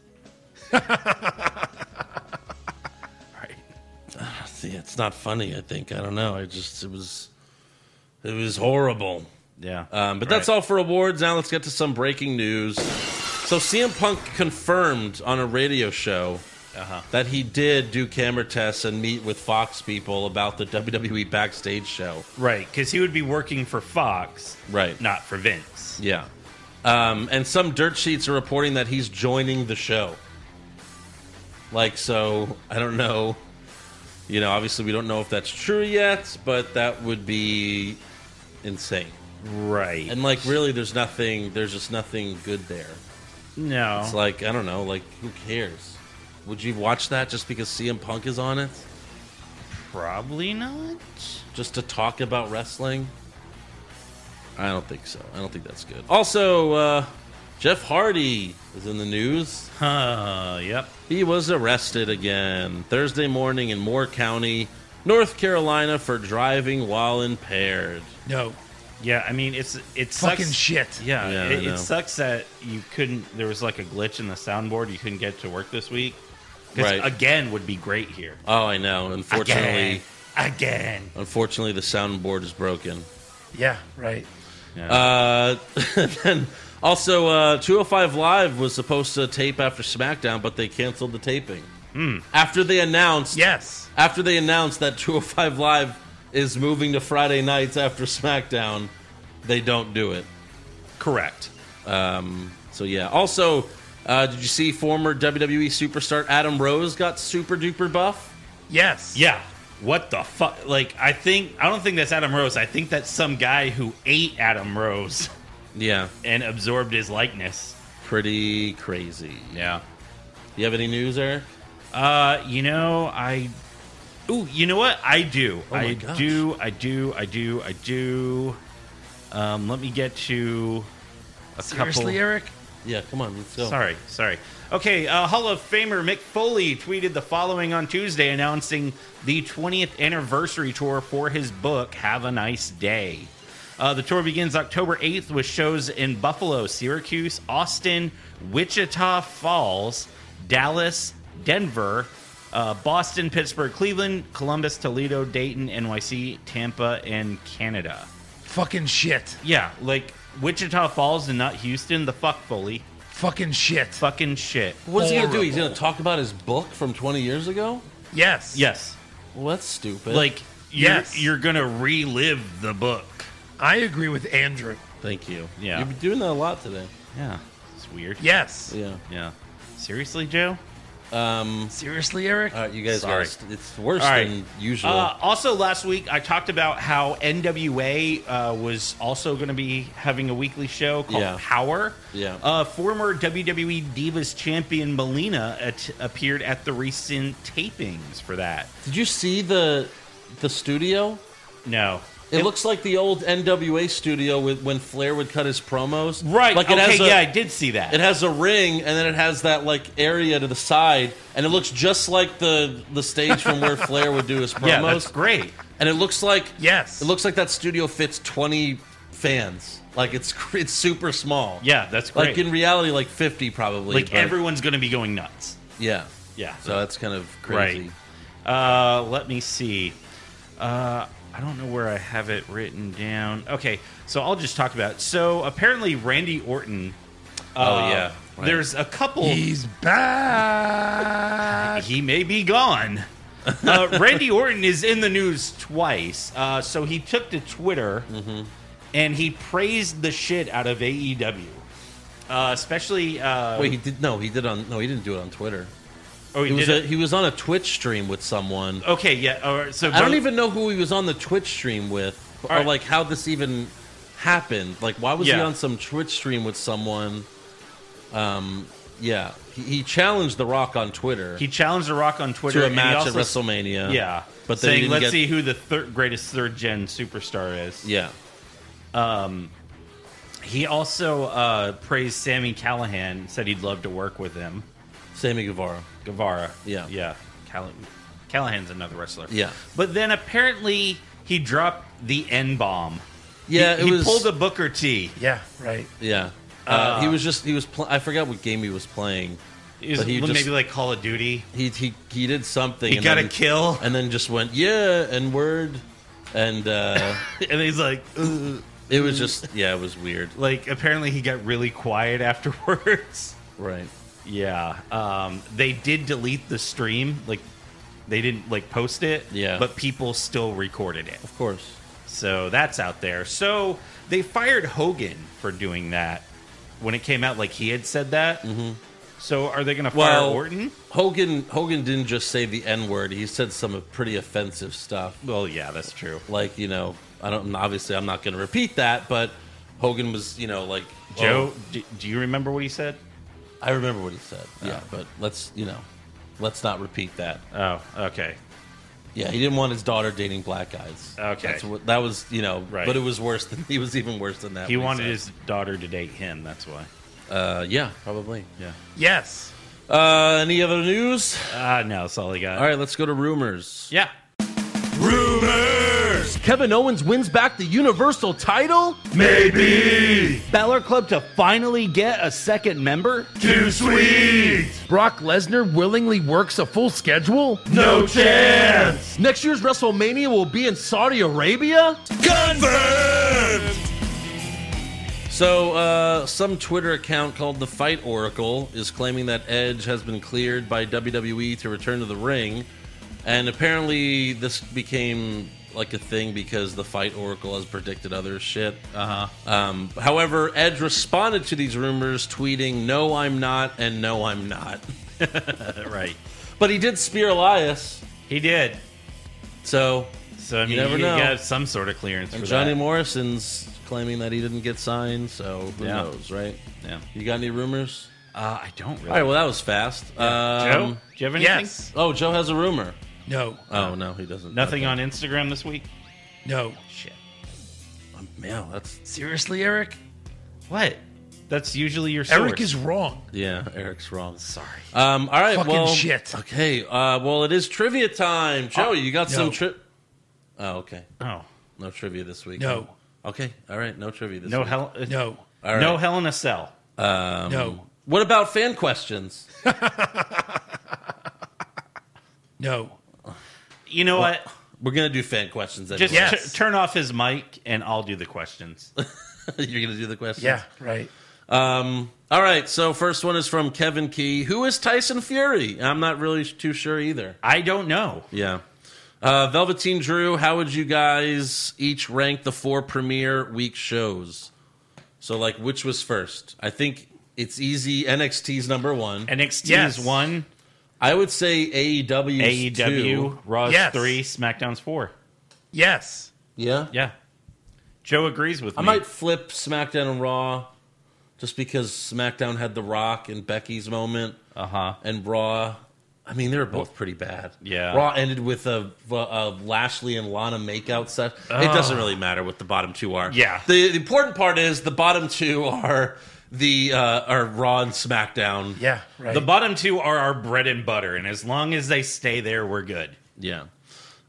Speaker 5: See, it's not funny. I think I don't know. I just it was it was horrible.
Speaker 6: Yeah.
Speaker 5: Um, but that's all for awards. Now let's get to some breaking news. So CM Punk confirmed on a radio show that he did do camera tests and meet with Fox people about the WWE backstage show.
Speaker 6: Right, because he would be working for Fox,
Speaker 5: Right.
Speaker 6: Not for Vince.
Speaker 5: Yeah. Um, and some dirt sheets are reporting that he's joining the show. Like, so, I don't know. You know, obviously, we don't know if that's true yet, but that would be insane.
Speaker 6: Right.
Speaker 5: And, like, really, there's nothing, there's just nothing good there.
Speaker 6: no.
Speaker 5: It's like, I don't know, like, who cares? Would you watch that just because CM Punk is on it?
Speaker 6: Probably not.
Speaker 5: Just to talk about wrestling? I don't think so. I don't think that's good. Also, uh, Jeff Hardy is in the news.
Speaker 6: Uh, yep.
Speaker 5: He was arrested again Thursday morning in Moore County, North Carolina, for driving while impaired.
Speaker 7: No,
Speaker 6: Yeah, I mean it's it sucks.
Speaker 7: fucking shit.
Speaker 6: Yeah,
Speaker 5: Yeah, I
Speaker 6: it,
Speaker 5: know.
Speaker 6: it sucks that you couldn't. There was like a glitch in the soundboard. You couldn't get to work this week. 'Cause
Speaker 5: Right.
Speaker 6: Again, would be great here.
Speaker 5: Oh, I know. Unfortunately,
Speaker 6: again.
Speaker 5: unfortunately, the soundboard is broken.
Speaker 7: Yeah, right.
Speaker 5: Uh, then also, uh, 205 Live was supposed to tape after SmackDown, but they canceled the taping after they announced.
Speaker 7: Yes.
Speaker 5: After they announced that 205 Live is moving to Friday nights after SmackDown, they don't do it.
Speaker 6: Correct.
Speaker 5: Um, So yeah. Also, uh, did you see former WWE superstar Adam Rose got super duper buff?
Speaker 7: Yes.
Speaker 6: Yeah. What the fuck? Like, I think I don't think that's Adam Rose. I think that's some guy who ate Adam Rose
Speaker 5: Yeah,
Speaker 6: and absorbed his likeness.
Speaker 5: pretty crazy.
Speaker 6: Yeah.
Speaker 5: You have any news, Eric?
Speaker 6: Uh, you know, I. Ooh, you know what? I do.
Speaker 5: Oh my
Speaker 6: I
Speaker 5: gosh.
Speaker 6: do. I do. I do. I do. Um, let me get to a couple.
Speaker 7: Seriously, Eric?
Speaker 5: Yeah, come on, let's go.
Speaker 6: Sorry, sorry. Okay, uh, Hall of Famer Mick Foley tweeted the following on Tuesday, announcing the 20th anniversary tour for his book, Have a Nice Day. Uh, the tour begins October 8th with shows in Buffalo, Syracuse, Austin, Wichita Falls, Dallas, Denver, uh, Boston, Pittsburgh, Cleveland, Columbus, Toledo, Dayton, NYC, Tampa, and Canada.
Speaker 7: Fucking shit.
Speaker 6: Yeah, like Wichita Falls and not Houston, the fuck Foley.
Speaker 7: Fucking shit.
Speaker 6: Fucking shit.
Speaker 5: What's he gonna do? He's
Speaker 7: Horrible.
Speaker 5: gonna talk about his book from 20 years ago?
Speaker 7: Yes.
Speaker 6: Yes.
Speaker 5: Well, that's stupid.
Speaker 6: Like you're,
Speaker 7: Yes.
Speaker 6: you're gonna relive the book.
Speaker 7: I agree with Andrew.
Speaker 5: Thank you.
Speaker 6: Yeah.
Speaker 5: You've been doing that a lot today.
Speaker 6: Yeah. It's weird.
Speaker 7: Yes.
Speaker 5: Yeah.
Speaker 6: Yeah. Seriously, Joe?
Speaker 5: Um,
Speaker 7: Seriously, Eric?
Speaker 5: All right, you guys
Speaker 6: Sorry.
Speaker 5: are. St- it's worse
Speaker 6: All right.
Speaker 5: than usual.
Speaker 6: Uh, also, last week I talked about how NWA uh, was also going to be having a weekly show called
Speaker 5: Yeah.
Speaker 6: Power.
Speaker 5: Yeah.
Speaker 6: Uh, former WWE Divas champion Melina at- appeared at the recent tapings for that.
Speaker 5: Did you see the the studio?
Speaker 6: No.
Speaker 5: It, looks like the old NWA studio with when Flair would cut his promos.
Speaker 6: Right.
Speaker 5: Like it
Speaker 6: okay.
Speaker 5: has a,
Speaker 6: yeah, I did see that.
Speaker 5: It has a ring, and then it has that like area to the side, and it looks just like the the stage from where Flair would do his promos.
Speaker 6: yeah, that's great.
Speaker 5: And it looks like
Speaker 7: Yes.
Speaker 5: it looks like that studio fits twenty fans. Like it's cr- it's super small.
Speaker 6: Yeah, that's great.
Speaker 5: like in reality, like fifty probably.
Speaker 6: like
Speaker 5: but-
Speaker 6: everyone's going to be going nuts.
Speaker 5: Yeah,
Speaker 6: Yeah.
Speaker 5: So that's kind of crazy.
Speaker 6: Right. Uh, let me see. Uh, I don't know where I have it written down. Okay, so I'll just talk about. It. So apparently, Randy Orton. uh,
Speaker 5: Oh, yeah, right.
Speaker 6: There's a couple.
Speaker 7: He's back.
Speaker 6: He may be gone. Uh, Randy Orton is in the news twice. Uh, so he took to Twitter
Speaker 5: Mm-hmm.
Speaker 6: and he praised the shit out of AEW, uh, especially. Uh,
Speaker 5: Wait, Oh, he did no, he did on no, he didn't do it on Twitter.
Speaker 6: oh, he
Speaker 5: He was
Speaker 6: did
Speaker 5: a, he was on a Twitch stream with someone.
Speaker 6: Okay, yeah. All right, so
Speaker 5: I don't
Speaker 6: both-
Speaker 5: even know who he was on the Twitch stream with, or
Speaker 6: All right.
Speaker 5: like how this even happened. Like, why was he
Speaker 6: Yeah.
Speaker 5: on some Twitch stream with someone? Um, yeah, he, he challenged The Rock on Twitter
Speaker 6: He challenged The Rock on Twitter
Speaker 5: to a
Speaker 6: and
Speaker 5: match
Speaker 6: he
Speaker 5: at
Speaker 6: also
Speaker 5: WrestleMania.
Speaker 6: Yeah,
Speaker 5: but then he
Speaker 6: saying
Speaker 5: didn't
Speaker 6: let's
Speaker 5: get-
Speaker 6: see who the third greatest third gen superstar is.
Speaker 5: yeah,
Speaker 6: He also uh, praised Sammy Callahan, said he'd love to work with him.
Speaker 5: Sammy Guevara.
Speaker 6: Guevara,
Speaker 5: Yeah.
Speaker 6: yeah. Call- Callahan's another wrestler.
Speaker 5: Yeah.
Speaker 6: but then apparently he dropped the N bomb.
Speaker 5: Yeah,
Speaker 6: he,
Speaker 5: it
Speaker 6: he
Speaker 5: was
Speaker 6: pulled a Booker T.
Speaker 7: Yeah, right.
Speaker 5: yeah. Uh, he was just he was pl- I forgot what game he was playing.
Speaker 6: It was
Speaker 5: But he
Speaker 6: maybe
Speaker 5: just-
Speaker 6: like Call of Duty.
Speaker 5: He he he did something.
Speaker 6: He
Speaker 5: and
Speaker 6: got
Speaker 5: then,
Speaker 6: a kill,
Speaker 5: and then just went yeah and word, and uh,
Speaker 6: and he's like, "Ugh."
Speaker 5: it was just yeah, it was weird.
Speaker 6: like apparently he got really quiet afterwards.
Speaker 5: Right.
Speaker 6: Yeah, um, they did delete the stream. Like, they didn't like post it.
Speaker 5: Yeah.
Speaker 6: but people still recorded it,
Speaker 5: Of course.
Speaker 6: so that's out there. So they fired Hogan for doing that when it came out. Like he had said that. Mm-hmm. So are they going to fire
Speaker 5: Well,
Speaker 6: Orton?
Speaker 5: Hogan Hogan didn't just say the N word. He said some pretty offensive stuff.
Speaker 6: Well, yeah, that's true.
Speaker 5: Like you know, I don't. Obviously, I'm not going to repeat that. But Hogan was, you know, like oh,
Speaker 6: Joe,
Speaker 5: well,
Speaker 6: do, do you remember what he said?
Speaker 5: I remember what he said. Yeah, but let's you know, Let's not repeat that. Uh,
Speaker 6: Oh, okay.
Speaker 5: Yeah, he didn't want his daughter dating black guys.
Speaker 6: Okay.
Speaker 5: That's what, that was you know,
Speaker 6: Right.
Speaker 5: but it was worse than he was even worse than that.
Speaker 6: He
Speaker 5: when
Speaker 6: wanted
Speaker 5: said-
Speaker 6: his daughter to date him. That's why.
Speaker 5: uh, yeah, probably, yeah.
Speaker 7: Yes.
Speaker 5: Uh, any other news?
Speaker 6: Ah, no, that's all he got.
Speaker 5: All right, let's go to rumors.
Speaker 6: Yeah.
Speaker 5: Kevin Owens wins back the Universal title.
Speaker 6: Balor Club to finally get a second member.
Speaker 7: Too sweet.
Speaker 10: Brock Lesnar willingly works a full schedule?
Speaker 7: No chance.
Speaker 10: Next year's WrestleMania will be in Saudi Arabia?
Speaker 5: So, uh, some Twitter account called The Fight Oracle is claiming that Edge has been cleared by WWE to return to the ring. And apparently, this became like a thing because The Fight Oracle has predicted other shit.
Speaker 6: Uh-huh.
Speaker 5: Uh huh. Um, however, Edge responded to these rumors, tweeting, No, I'm not, and No, I'm not.
Speaker 6: Right.
Speaker 5: But he did spear Elias,
Speaker 6: He did.
Speaker 5: so.
Speaker 6: So I mean,
Speaker 5: You never
Speaker 6: he
Speaker 5: know.
Speaker 6: got some sort of clearance
Speaker 5: And
Speaker 6: for
Speaker 5: Johnny
Speaker 6: that.
Speaker 5: Morrison's claiming that he didn't get signed, so who
Speaker 6: Yeah.
Speaker 5: knows, right?
Speaker 6: Yeah.
Speaker 5: You got any rumors?
Speaker 6: Uh, I don't really.
Speaker 5: All right, well, that was fast. Um,
Speaker 6: Joe, do you have anything?
Speaker 7: Yes.
Speaker 5: Oh, Joe has a rumor.
Speaker 7: No.
Speaker 5: Oh no, he doesn't.
Speaker 6: Nothing on Instagram this week.
Speaker 7: No.
Speaker 6: Shit.
Speaker 5: Um, yeah, that's
Speaker 7: Seriously, Eric?
Speaker 6: What? That's usually your source.
Speaker 7: Eric is wrong.
Speaker 5: yeah. Eric's wrong.
Speaker 6: sorry.
Speaker 5: Um, all right,
Speaker 7: Fucking
Speaker 5: well,
Speaker 7: shit.
Speaker 5: Okay, uh, well, it is trivia time. Joe, you got
Speaker 7: no.
Speaker 5: some trip? Oh, okay.
Speaker 6: Oh,
Speaker 5: No trivia this week.
Speaker 7: No.
Speaker 5: Okay. All right. No trivia this
Speaker 6: no
Speaker 5: week.
Speaker 6: hell. uh,
Speaker 7: No.
Speaker 5: All right.
Speaker 6: No hell in a cell. Um,
Speaker 7: no.
Speaker 5: What about fan questions?
Speaker 7: No.
Speaker 6: You know what?
Speaker 5: We're gonna do fan questions. Anyway.
Speaker 6: Just
Speaker 7: Yes.
Speaker 6: tu- turn off his mic, and I'll do the questions.
Speaker 5: You're gonna do the questions.
Speaker 7: Yeah, right.
Speaker 5: Um, all right. So first one is from Kevin Key. Who is Tyson Fury? I'm not really too sure either.
Speaker 6: I don't know.
Speaker 5: Yeah. Uh, Velveteen Drew, how would you guys each rank the four premiere week shows? So, like, which was first? I think it's easy. NXT's number one.
Speaker 6: NXT
Speaker 7: Yes.
Speaker 6: is one,
Speaker 5: I would say AEW's
Speaker 6: AEW,
Speaker 5: two.
Speaker 6: E Raw is
Speaker 7: Yes.
Speaker 6: three, SmackDown's four.
Speaker 7: Yes.
Speaker 5: Yeah.
Speaker 6: Yeah. Joe agrees with
Speaker 5: I
Speaker 6: me.
Speaker 5: might flip SmackDown and Raw just because SmackDown had The Rock and Becky's moment.
Speaker 6: Uh huh.
Speaker 5: and Raw. I mean, they were both pretty bad.
Speaker 6: Yeah.
Speaker 5: Raw ended with a, a Lashley and Lana makeout set. It doesn't really matter what the bottom two are.
Speaker 6: Yeah.
Speaker 5: The, the important part is the bottom two are the uh, are Raw and SmackDown.
Speaker 7: Yeah, right.
Speaker 6: The bottom two are our bread and butter, and as long as they stay there, we're good.
Speaker 5: Yeah.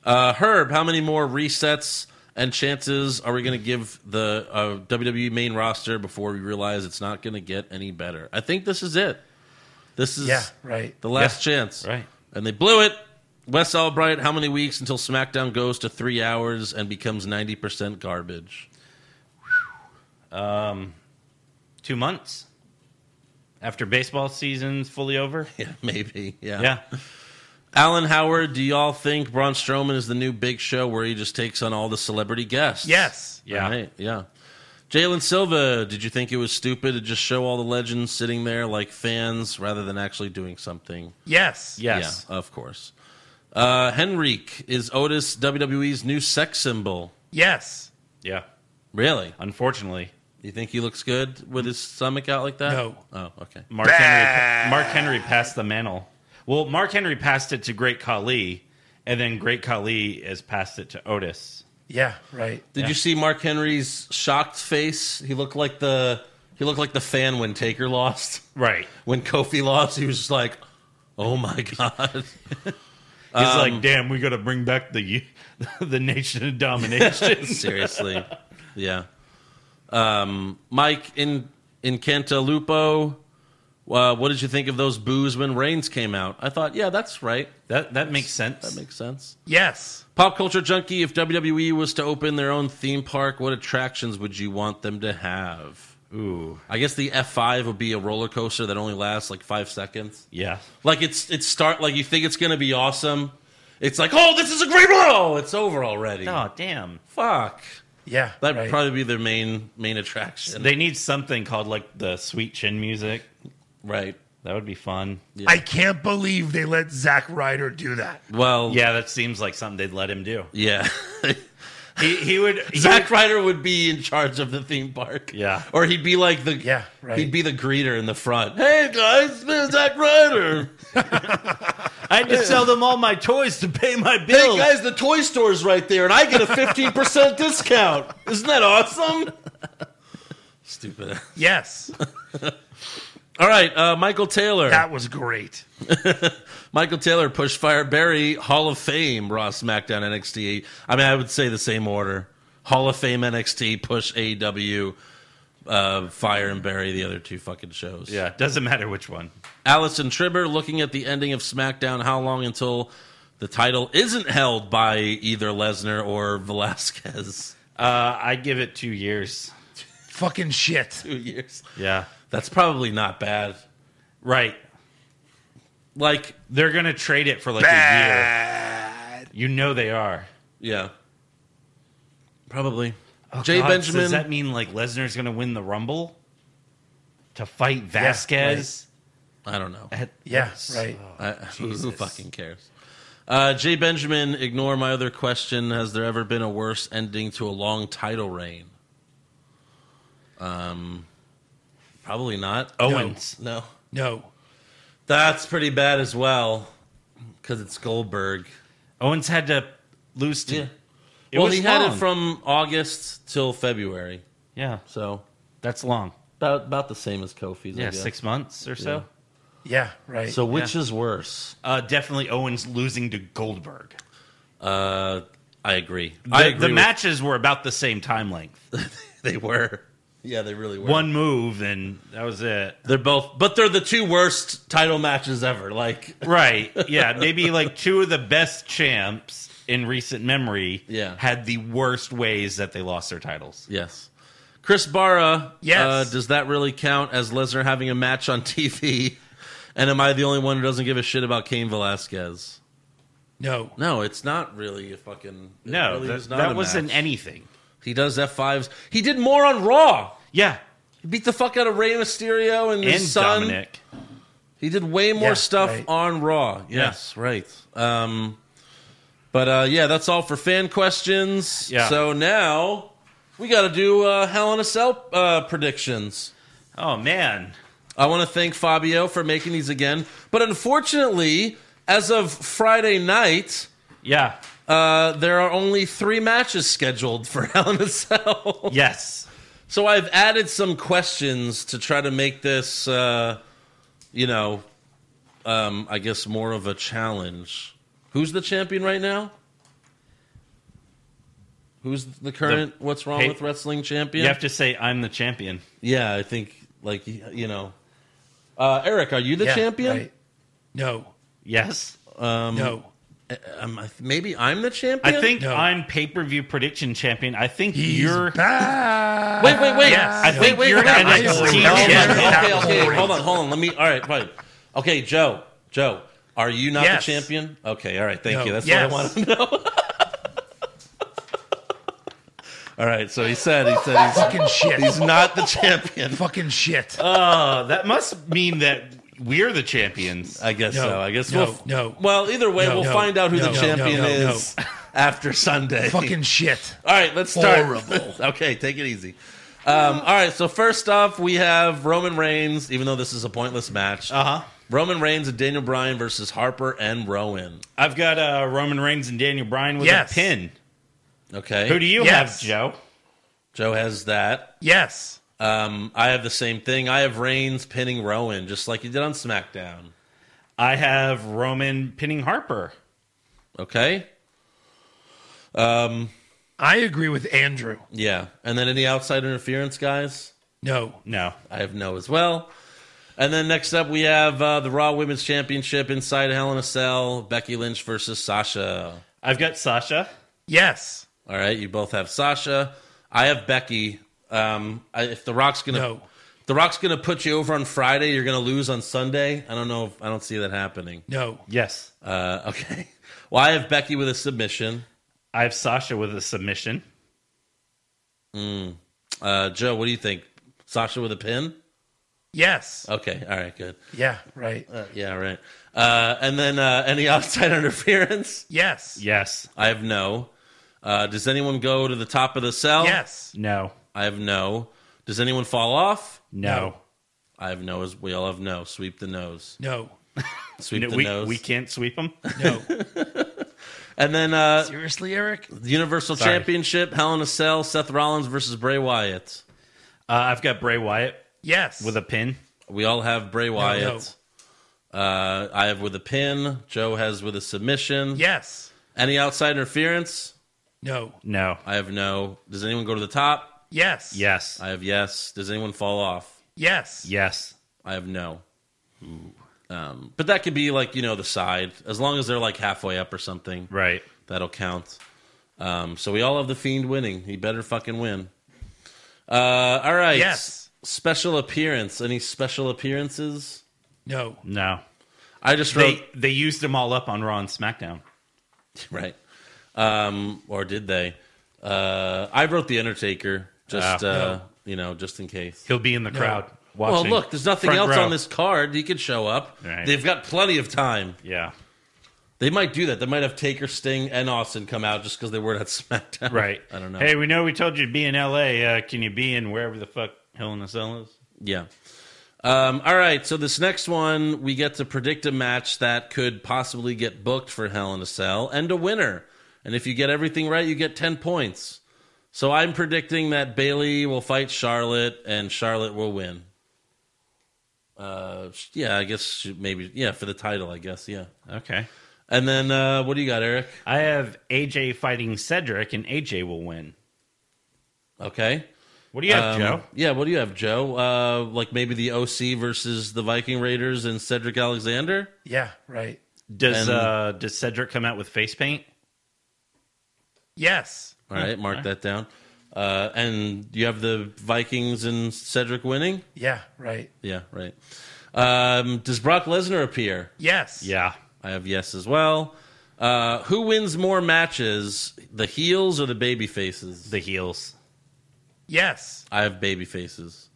Speaker 5: Uh, Herb, how many more resets and chances are we going to give the uh, WWE main roster before we realize it's not going to get any better? I think this is it. This is
Speaker 7: Yeah, right.
Speaker 5: the last chance.
Speaker 6: right.
Speaker 5: And they blew it. Wes Albright, how many weeks until SmackDown goes to three hours and becomes 90% garbage?
Speaker 6: Two months after baseball season's fully over.
Speaker 5: Yeah, maybe. Yeah.
Speaker 6: Yeah.
Speaker 5: Alan Howard, do y'all think Braun Strowman is the new big show where he just takes on all the celebrity guests?
Speaker 7: Yes.
Speaker 6: Yeah.
Speaker 5: Right, yeah. Jalen Silva, did you think it was stupid to just show all the legends sitting there like fans rather than actually doing something?
Speaker 7: Yes.
Speaker 6: Yes.
Speaker 5: Yeah, of course. Uh, Henrique, is Otis WWE's new sex symbol?
Speaker 7: Yes.
Speaker 6: Yeah.
Speaker 5: Really?
Speaker 6: Unfortunately,
Speaker 5: You think he looks good with his stomach out like that?
Speaker 7: No.
Speaker 5: Oh, okay.
Speaker 6: Mark Henry, Mark Henry passed the mantle. Well, Mark Henry passed it to Great Khali, and then Great Khali has passed it to Otis.
Speaker 7: Yeah, right.
Speaker 5: Did you see Mark Henry's shocked face? He looked like the he looked like the fan when Taker lost.
Speaker 6: Right.
Speaker 5: When Kofi lost, he was just like, "Oh my god."
Speaker 6: He's like, "Damn, we got to bring back the the nation of domination."
Speaker 5: Seriously. Yeah. Um, Mike in in Cantalupo, uh, what did you think of those boos when Reigns came out? I thought, yeah, that's right.
Speaker 6: that that makes sense.
Speaker 5: That makes sense.
Speaker 7: Yes.
Speaker 5: Pop culture junkie, if WWE was to open their own theme park, what attractions would you want them to have?
Speaker 6: Ooh,
Speaker 5: I guess the F5 would be a roller coaster that only lasts like 5 seconds.
Speaker 6: yeah.
Speaker 5: Like it's it's start like you think it's going to be awesome. It's like, "Oh, this is a great roll." It's over already.
Speaker 6: Oh, damn.
Speaker 5: Fuck.
Speaker 7: Yeah.
Speaker 5: That'd
Speaker 7: right.
Speaker 5: probably be their main main attraction.
Speaker 6: They need something called like the sweet chin music.
Speaker 5: right.
Speaker 6: That would be fun.
Speaker 7: I can't believe they let Zack Ryder do that.
Speaker 5: Well,
Speaker 6: Yeah, that seems like something they'd let him do.
Speaker 5: Yeah.
Speaker 6: He, he would. he
Speaker 5: Zack Ryder would be in charge of the theme park.
Speaker 6: Yeah.
Speaker 5: Or he'd be like the
Speaker 7: Yeah, right.
Speaker 5: He'd be the greeter in the front. Hey guys, this is Zack Ryder.
Speaker 6: would- I had to sell them all my toys to pay my
Speaker 5: Hey
Speaker 6: bills.
Speaker 5: guys, the toy store's right there, and I get a fifteen percent discount. Isn't that awesome? Stupid.
Speaker 7: Yes,
Speaker 5: All right, uh, Michael Taylor.
Speaker 7: that was great.
Speaker 5: Michael Taylor pushed Fire Barry Hall of Fame Raw SmackDown NXT. I mean, I would say the same order: Hall of Fame NXT push AEW, uh, Fire and Barry the other two fucking shows.
Speaker 6: yeah, doesn't matter which one.
Speaker 5: Allison Tribber looking at the ending of SmackDown. How long until the title isn't held by either Lesnar or Velasquez?
Speaker 6: Uh, I give it two years.
Speaker 7: Fucking shit.
Speaker 5: Two years.
Speaker 6: Yeah,
Speaker 5: That's probably not bad.
Speaker 6: right.
Speaker 5: Like,
Speaker 6: They're gonna trade it for like a year. You know they are.
Speaker 5: yeah, probably.
Speaker 6: Jay
Speaker 5: Jay Benjamin.
Speaker 6: Does that mean like Lesnar's gonna win the Rumble to fight Vasquez?
Speaker 5: I don't know.
Speaker 6: At-
Speaker 7: Yes, right.
Speaker 6: Oh. Uh,
Speaker 5: I, Uh, who fucking cares? Uh, Jay Benjamin, ignore my other question. Has there ever been a worse ending to a long title reign? Um, probably not.
Speaker 6: Owens.
Speaker 5: No,
Speaker 7: No.
Speaker 5: that's pretty bad as well because it's Goldberg.
Speaker 6: Owens had to lose to.
Speaker 5: Yeah.
Speaker 6: It
Speaker 5: well,
Speaker 6: was
Speaker 5: he had it
Speaker 6: long.
Speaker 5: from August till February,
Speaker 6: Yeah,
Speaker 5: so
Speaker 6: that's long.
Speaker 5: about about the same as Kofi's. I
Speaker 6: Yeah,
Speaker 5: guess.
Speaker 6: six months or so.
Speaker 7: Yeah, right.
Speaker 5: So which is worse?
Speaker 6: Uh, definitely Owens losing to Goldberg.
Speaker 5: Uh, I agree.
Speaker 6: The,
Speaker 5: I agree.
Speaker 6: the
Speaker 5: with-
Speaker 6: matches were about the same time length.
Speaker 5: they were. Yeah, they really were.
Speaker 6: One move and that was it.
Speaker 5: They're both, but they're the two worst title matches ever. Like,
Speaker 6: Right. Yeah. Maybe like two of the best champs in recent memory
Speaker 5: Yeah.
Speaker 6: had the worst ways that they lost their titles.
Speaker 5: yes. Chris Barra,
Speaker 7: Yes.
Speaker 5: uh, does that really count as Lesnar having a match on TV? And am I the only one who doesn't give a shit about Cain Velasquez?
Speaker 7: no.
Speaker 5: No, it's not really a fucking. it
Speaker 6: No,
Speaker 5: really
Speaker 6: that,
Speaker 5: was not
Speaker 6: that
Speaker 5: a
Speaker 6: wasn't
Speaker 5: match.
Speaker 6: anything.
Speaker 5: He does F fives. He did more on Raw.
Speaker 6: Yeah.
Speaker 5: He beat the fuck out of Rey Mysterio and his
Speaker 6: And
Speaker 5: son.
Speaker 6: Dominic.
Speaker 5: He did way more
Speaker 7: Yeah,
Speaker 5: stuff
Speaker 7: right.
Speaker 5: on Raw. Yes, right. Um, but uh, yeah, that's all for fan questions.
Speaker 6: Yeah.
Speaker 5: So now we got to do uh, Hell in a Cell uh, predictions.
Speaker 6: Oh, man.
Speaker 5: I want to thank Fabio for making these again, but unfortunately, as of Friday night,
Speaker 6: Yeah.
Speaker 5: uh, there are only three matches scheduled for Hell in a Cell.
Speaker 6: Yes.
Speaker 5: So I've added some questions to try to make this, uh, you know, um, I guess more of a challenge. Who's the champion right now? Who's the current? what's wrong
Speaker 6: Hey-
Speaker 5: with wrestling champion?
Speaker 6: You have to say, I'm the champion.
Speaker 5: yeah, I think like y- you know, uh, Eric, are you the
Speaker 7: Yeah,
Speaker 5: champion?
Speaker 7: right. No.
Speaker 6: Yes.
Speaker 7: no.
Speaker 5: Um, I th- maybe I'm the
Speaker 6: I
Speaker 5: champion.
Speaker 6: think
Speaker 7: No.
Speaker 6: I'm pay per view prediction champion. I think
Speaker 7: He's
Speaker 6: you're.
Speaker 7: back.
Speaker 5: Wait, wait, wait!
Speaker 6: Yes. I
Speaker 5: wait,
Speaker 6: think
Speaker 5: wait,
Speaker 6: you're
Speaker 5: wait.
Speaker 6: an
Speaker 5: Okay,
Speaker 6: NXT
Speaker 5: okay,
Speaker 7: champion.
Speaker 5: okay. Hold on, hold on. Let me. All right, right. Okay, Joe. Joe, are you not
Speaker 7: Yes.
Speaker 5: the champion? Okay, all right. Thank
Speaker 7: No.
Speaker 5: you. That's
Speaker 7: Yes.
Speaker 5: what I want to know. all right. So he said. He said he's,
Speaker 7: Fucking
Speaker 5: he's
Speaker 7: shit.
Speaker 5: not the champion.
Speaker 7: Fucking shit.
Speaker 6: Uh, that must mean that we're the champions.
Speaker 5: I guess
Speaker 7: No.
Speaker 5: so. I guess
Speaker 7: No.
Speaker 5: we'll.
Speaker 7: No.
Speaker 5: Well, either way,
Speaker 7: No.
Speaker 5: we'll
Speaker 7: No.
Speaker 5: find out who
Speaker 7: No.
Speaker 5: the
Speaker 7: No.
Speaker 5: champion
Speaker 7: No. No.
Speaker 5: is after Sunday.
Speaker 7: Fucking shit.
Speaker 5: All right, let's start.
Speaker 7: Horrible.
Speaker 5: okay, take it easy. Um, all right, so first off, we have Roman Reigns, even though this is a pointless match.
Speaker 7: Uh-huh.
Speaker 6: Uh huh.
Speaker 5: Roman Reigns and Daniel Bryan versus Harper and Rowan.
Speaker 6: I've got uh, Roman Reigns and Daniel Bryan with
Speaker 7: Yes.
Speaker 6: a pin.
Speaker 5: Okay.
Speaker 6: Who do you
Speaker 7: Yes.
Speaker 6: have, Joe?
Speaker 5: Joe has that.
Speaker 7: Yes.
Speaker 5: Um, I have the same thing. I have Reigns pinning Rowan, just like he did on SmackDown.
Speaker 6: I have Roman pinning Harper.
Speaker 5: Okay?
Speaker 7: I agree with Andrew.
Speaker 5: Yeah. And then any outside interference, guys?
Speaker 7: No.
Speaker 6: No.
Speaker 5: I have no as well. And then next up, we have uh, the Raw Women's Championship inside Hell in a Cell Becky Lynch versus Sasha.
Speaker 6: I've got Sasha.
Speaker 7: Yes.
Speaker 5: All right, you both have Sasha. I have Becky. Um, I, if the Rock's gonna,
Speaker 7: No.
Speaker 5: the Rock's gonna put you over on Friday. You're gonna lose on Sunday. I don't know. If, I don't see that happening.
Speaker 7: No.
Speaker 6: Yes.
Speaker 5: Uh, okay. Well, I have Becky with a submission.
Speaker 6: I have Sasha with a submission.
Speaker 5: Uh, Joe, what do you think? Sasha with a pin.
Speaker 6: Uh,
Speaker 7: Yes.
Speaker 5: Okay. All right. Good.
Speaker 7: Yeah. Right.
Speaker 5: Uh, yeah. all Right. Uh, and then uh, any outside interference?
Speaker 7: Yes.
Speaker 6: Yes.
Speaker 5: I have no. Uh, does anyone go to the top of the cell?
Speaker 7: Yes.
Speaker 6: No.
Speaker 5: I have no. Does anyone fall off?
Speaker 6: No.
Speaker 5: I have no. As we all have no. Sweep the nose.
Speaker 7: No.
Speaker 5: Sweep
Speaker 6: No,
Speaker 5: the
Speaker 6: we,
Speaker 5: nose.
Speaker 6: we can't sweep Uh, them.
Speaker 7: No,
Speaker 5: and then uh,
Speaker 7: seriously, Eric.
Speaker 5: the Universal
Speaker 6: Sorry.
Speaker 5: Championship, Hell in a Cell, Seth Rollins versus Bray Wyatt.
Speaker 6: Uh, I've got Bray Wyatt
Speaker 7: Yes.
Speaker 6: with a pin.
Speaker 5: We all have Bray Wyatt. Uh, I have with a pin. Joe has with a submission.
Speaker 7: yes.
Speaker 5: Any outside interference?
Speaker 7: No.
Speaker 6: No.
Speaker 5: I have no. Does anyone go to the top?
Speaker 7: Yes.
Speaker 6: Yes.
Speaker 5: I have yes. Does anyone fall off?
Speaker 7: Yes.
Speaker 6: yes.
Speaker 5: I have no. Um, but that could be like you know the side as long as they're like halfway up or something.
Speaker 6: Right.
Speaker 5: That'll count. Um, so we all have the fiend winning. He better fucking win. Uh, all right.
Speaker 7: Yes.
Speaker 5: Special appearance. Any special appearances?
Speaker 7: No.
Speaker 6: No.
Speaker 5: I just wrote
Speaker 6: They they used them all up on Raw and SmackDown.
Speaker 5: right. Um, or did they? Uh, I wrote the Undertaker just
Speaker 6: Ah.
Speaker 5: uh,
Speaker 7: No.
Speaker 5: you know just in case.
Speaker 6: He'll be in the crowd
Speaker 5: Well,
Speaker 6: watching.
Speaker 5: look, there's nothing
Speaker 6: Front
Speaker 5: else
Speaker 6: row.
Speaker 5: on this card. He could show up.
Speaker 6: Right.
Speaker 5: They've got plenty of time.
Speaker 6: Yeah.
Speaker 5: They might do that. They might have Taker, Sting, and Austin come out just because they were at SmackDown.
Speaker 6: Right.
Speaker 5: I don't know.
Speaker 6: Hey, we know we told you to be in L.A. Uh, can you be in wherever the fuck Hell in a Cell is?
Speaker 5: Yeah. Um, all right. So this next one, we get to predict a match that could possibly get booked for Hell in a Cell and a winner. And if you get everything right, you get ten points. So I'm predicting that Bailey will fight Charlotte and Charlotte will win. Uh, sh- yeah, I guess she- maybe yeah for the title. I guess yeah.
Speaker 6: Okay.
Speaker 5: And then uh, what do you got, Eric?
Speaker 6: I have AJ fighting Cedric, and AJ will win.
Speaker 5: Okay.
Speaker 6: What do you have,
Speaker 5: Um,
Speaker 6: Joe?
Speaker 5: Yeah, what do you have, Joe? Uh, like maybe the OC versus the Viking Raiders and Cedric Alexander?
Speaker 7: Yeah. Right.
Speaker 6: Does
Speaker 5: and-
Speaker 6: uh, does Cedric come out with face paint?
Speaker 7: Yes.
Speaker 5: All right, mark that down. Uh, and you have the Vikings and Cedric winning?
Speaker 7: Yeah. Right.
Speaker 5: Yeah, right. Um, does Brock Lesnar appear?
Speaker 7: Yes.
Speaker 6: Yeah.
Speaker 5: I have yes as well. Uh, who wins more matches, the heels or the baby faces?
Speaker 6: The heels.
Speaker 7: Yes.
Speaker 5: I have baby faces.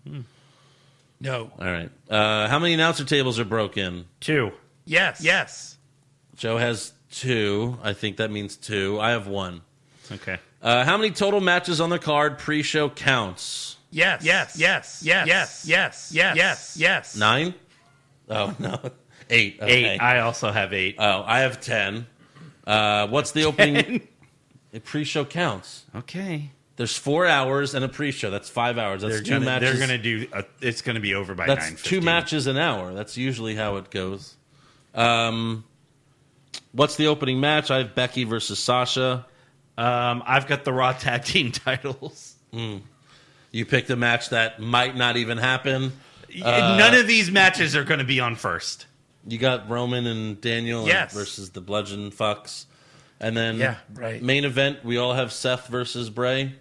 Speaker 7: No.
Speaker 5: All right. Uh, how many announcer tables are broken?
Speaker 6: Two.
Speaker 7: Yes. Yes.
Speaker 5: Joe has two. I think that means two. I have one.
Speaker 6: Okay.
Speaker 5: Uh, how many total matches on the card pre-show counts?
Speaker 7: Yes. Yes. Yes. Yes. Yes. Yes. Yes. Yes. Yes.
Speaker 5: Nine? Oh no, eight.
Speaker 6: Eight.
Speaker 5: okay.
Speaker 6: I also have eight.
Speaker 5: oh, I have ten. Uh, what's the opening? A pre-show counts.
Speaker 6: Okay.
Speaker 5: There's four hours and a pre-show. That's five hours. That's
Speaker 6: They're
Speaker 5: 2
Speaker 6: gonna,
Speaker 5: matches.
Speaker 6: They're gonna do. A, it's gonna be over by nine.
Speaker 5: that's two matches an hour. That's usually how it goes. Um, what's the opening match? I have Becky versus Sasha.
Speaker 6: Um, I've got the Raw tag team titles.
Speaker 5: You picked a match that might not even happen.
Speaker 6: None of these matches are gonna be on first.
Speaker 5: You got Roman and Daniel and-
Speaker 7: Yes.
Speaker 5: versus the Bludgeon Fucks. And then
Speaker 7: Yeah, right.
Speaker 5: main event, we all have Seth versus Bray.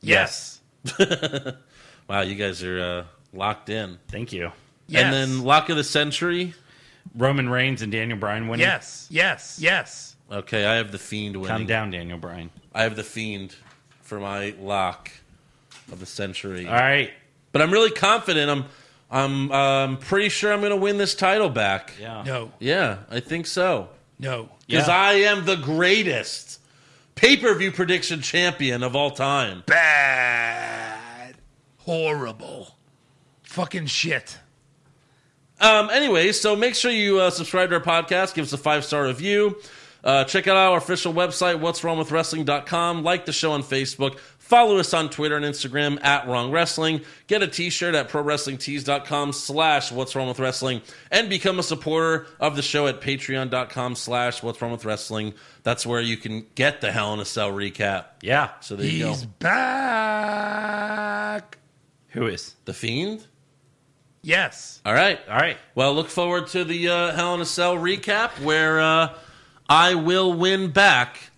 Speaker 7: Yes.
Speaker 5: Wow, you guys are uh, locked in.
Speaker 6: Thank you.
Speaker 7: Yes.
Speaker 5: And then lock of the century.
Speaker 6: Roman Reigns and Daniel Bryan winning.
Speaker 7: Yes. Yes. Yes.
Speaker 5: Okay, I have the fiend winning.
Speaker 6: Calm down, Daniel Bryan.
Speaker 5: I have the fiend for my lock of the century.
Speaker 6: All right.
Speaker 5: But I'm really confident. I'm I'm um, pretty sure I'm going to win this title back.
Speaker 6: Yeah.
Speaker 7: No.
Speaker 5: Yeah, I think so.
Speaker 7: No.
Speaker 5: Because
Speaker 6: Yeah.
Speaker 5: I am the greatest pay-per-view prediction champion of all time.
Speaker 7: Bad. Horrible. Fucking shit.
Speaker 5: Um, anyway, so make sure you uh, subscribe to our podcast, give us a five star review. Uh, check out our official website, what's wrong with wrestling.com. Like the show on Facebook. Follow us on Twitter and Instagram at Wrong Wrestling. Get a t shirt at pro wrestling prowrestlingtees.com slash what's wrong with wrestling and become a supporter of the show at patreon.com slash what's wrong with wrestling. That's where you can get the Hell in a Cell recap.
Speaker 6: Yeah.
Speaker 5: So there you go.
Speaker 7: He's back.
Speaker 6: Who is?
Speaker 5: The Fiend?
Speaker 7: Yes.
Speaker 5: All right.
Speaker 6: All right.
Speaker 5: Well, look forward to the uh, Hell in a Cell recap where uh, I will win back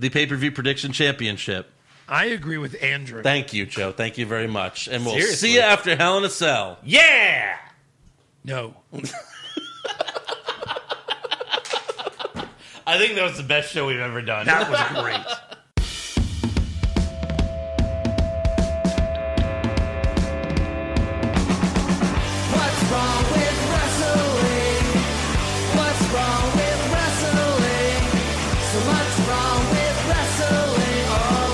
Speaker 5: the pay per view prediction championship.
Speaker 7: I agree with Andrew.
Speaker 5: Thank you, Joe. Thank you very much. And we'll
Speaker 6: Seriously.
Speaker 5: see you after Hell in a Cell.
Speaker 6: Yeah.
Speaker 7: no.
Speaker 6: I think that was the best show we've ever done.
Speaker 7: That was great.
Speaker 4: What's wrong with wrestling? What's wrong with wrestling? So much wrong with wrestling. Oh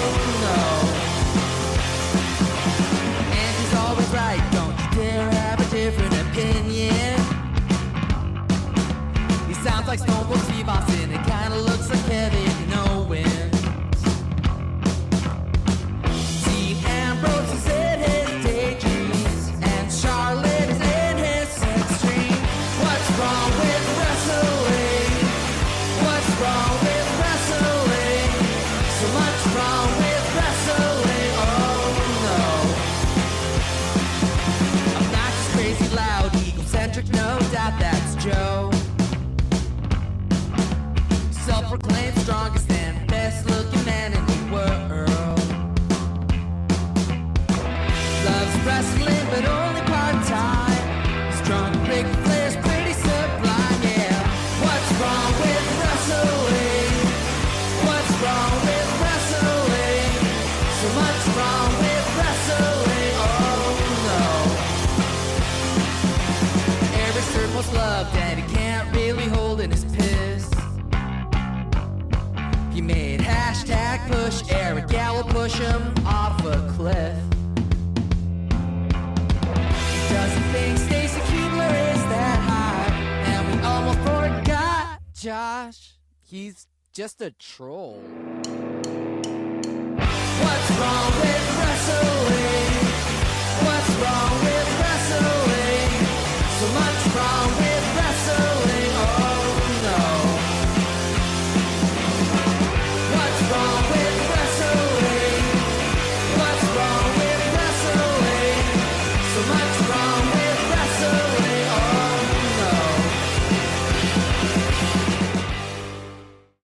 Speaker 4: no. And she's always right. Don't you dare have a different opinion.
Speaker 1: like Stone Cold Steve Austin. It kinda looks like Kevin Owens. Dean Ambrose is in his daydreams, and Charlotte is in his sex dream. What's wrong with wrestling? What's wrong with wrestling? So much wrong with wrestling. Oh no. I'm not just crazy loud, egocentric, no doubt that's Joe. Self proclaimed strongest and best looking man in the world. Loves wrestling, but only part time. Strong big players, pretty sublime, yeah. What's wrong with wrestling? What's wrong with wrestling? So much wrong with wrestling, oh no. Every circle's love that he can't really hold in his piss. He made hashtag push Eric Gallo push him off a cliff. He doesn't think Stacy Kubler is that hot, and we almost forgot Josh. He's just a troll. What's wrong with Oh, Oh,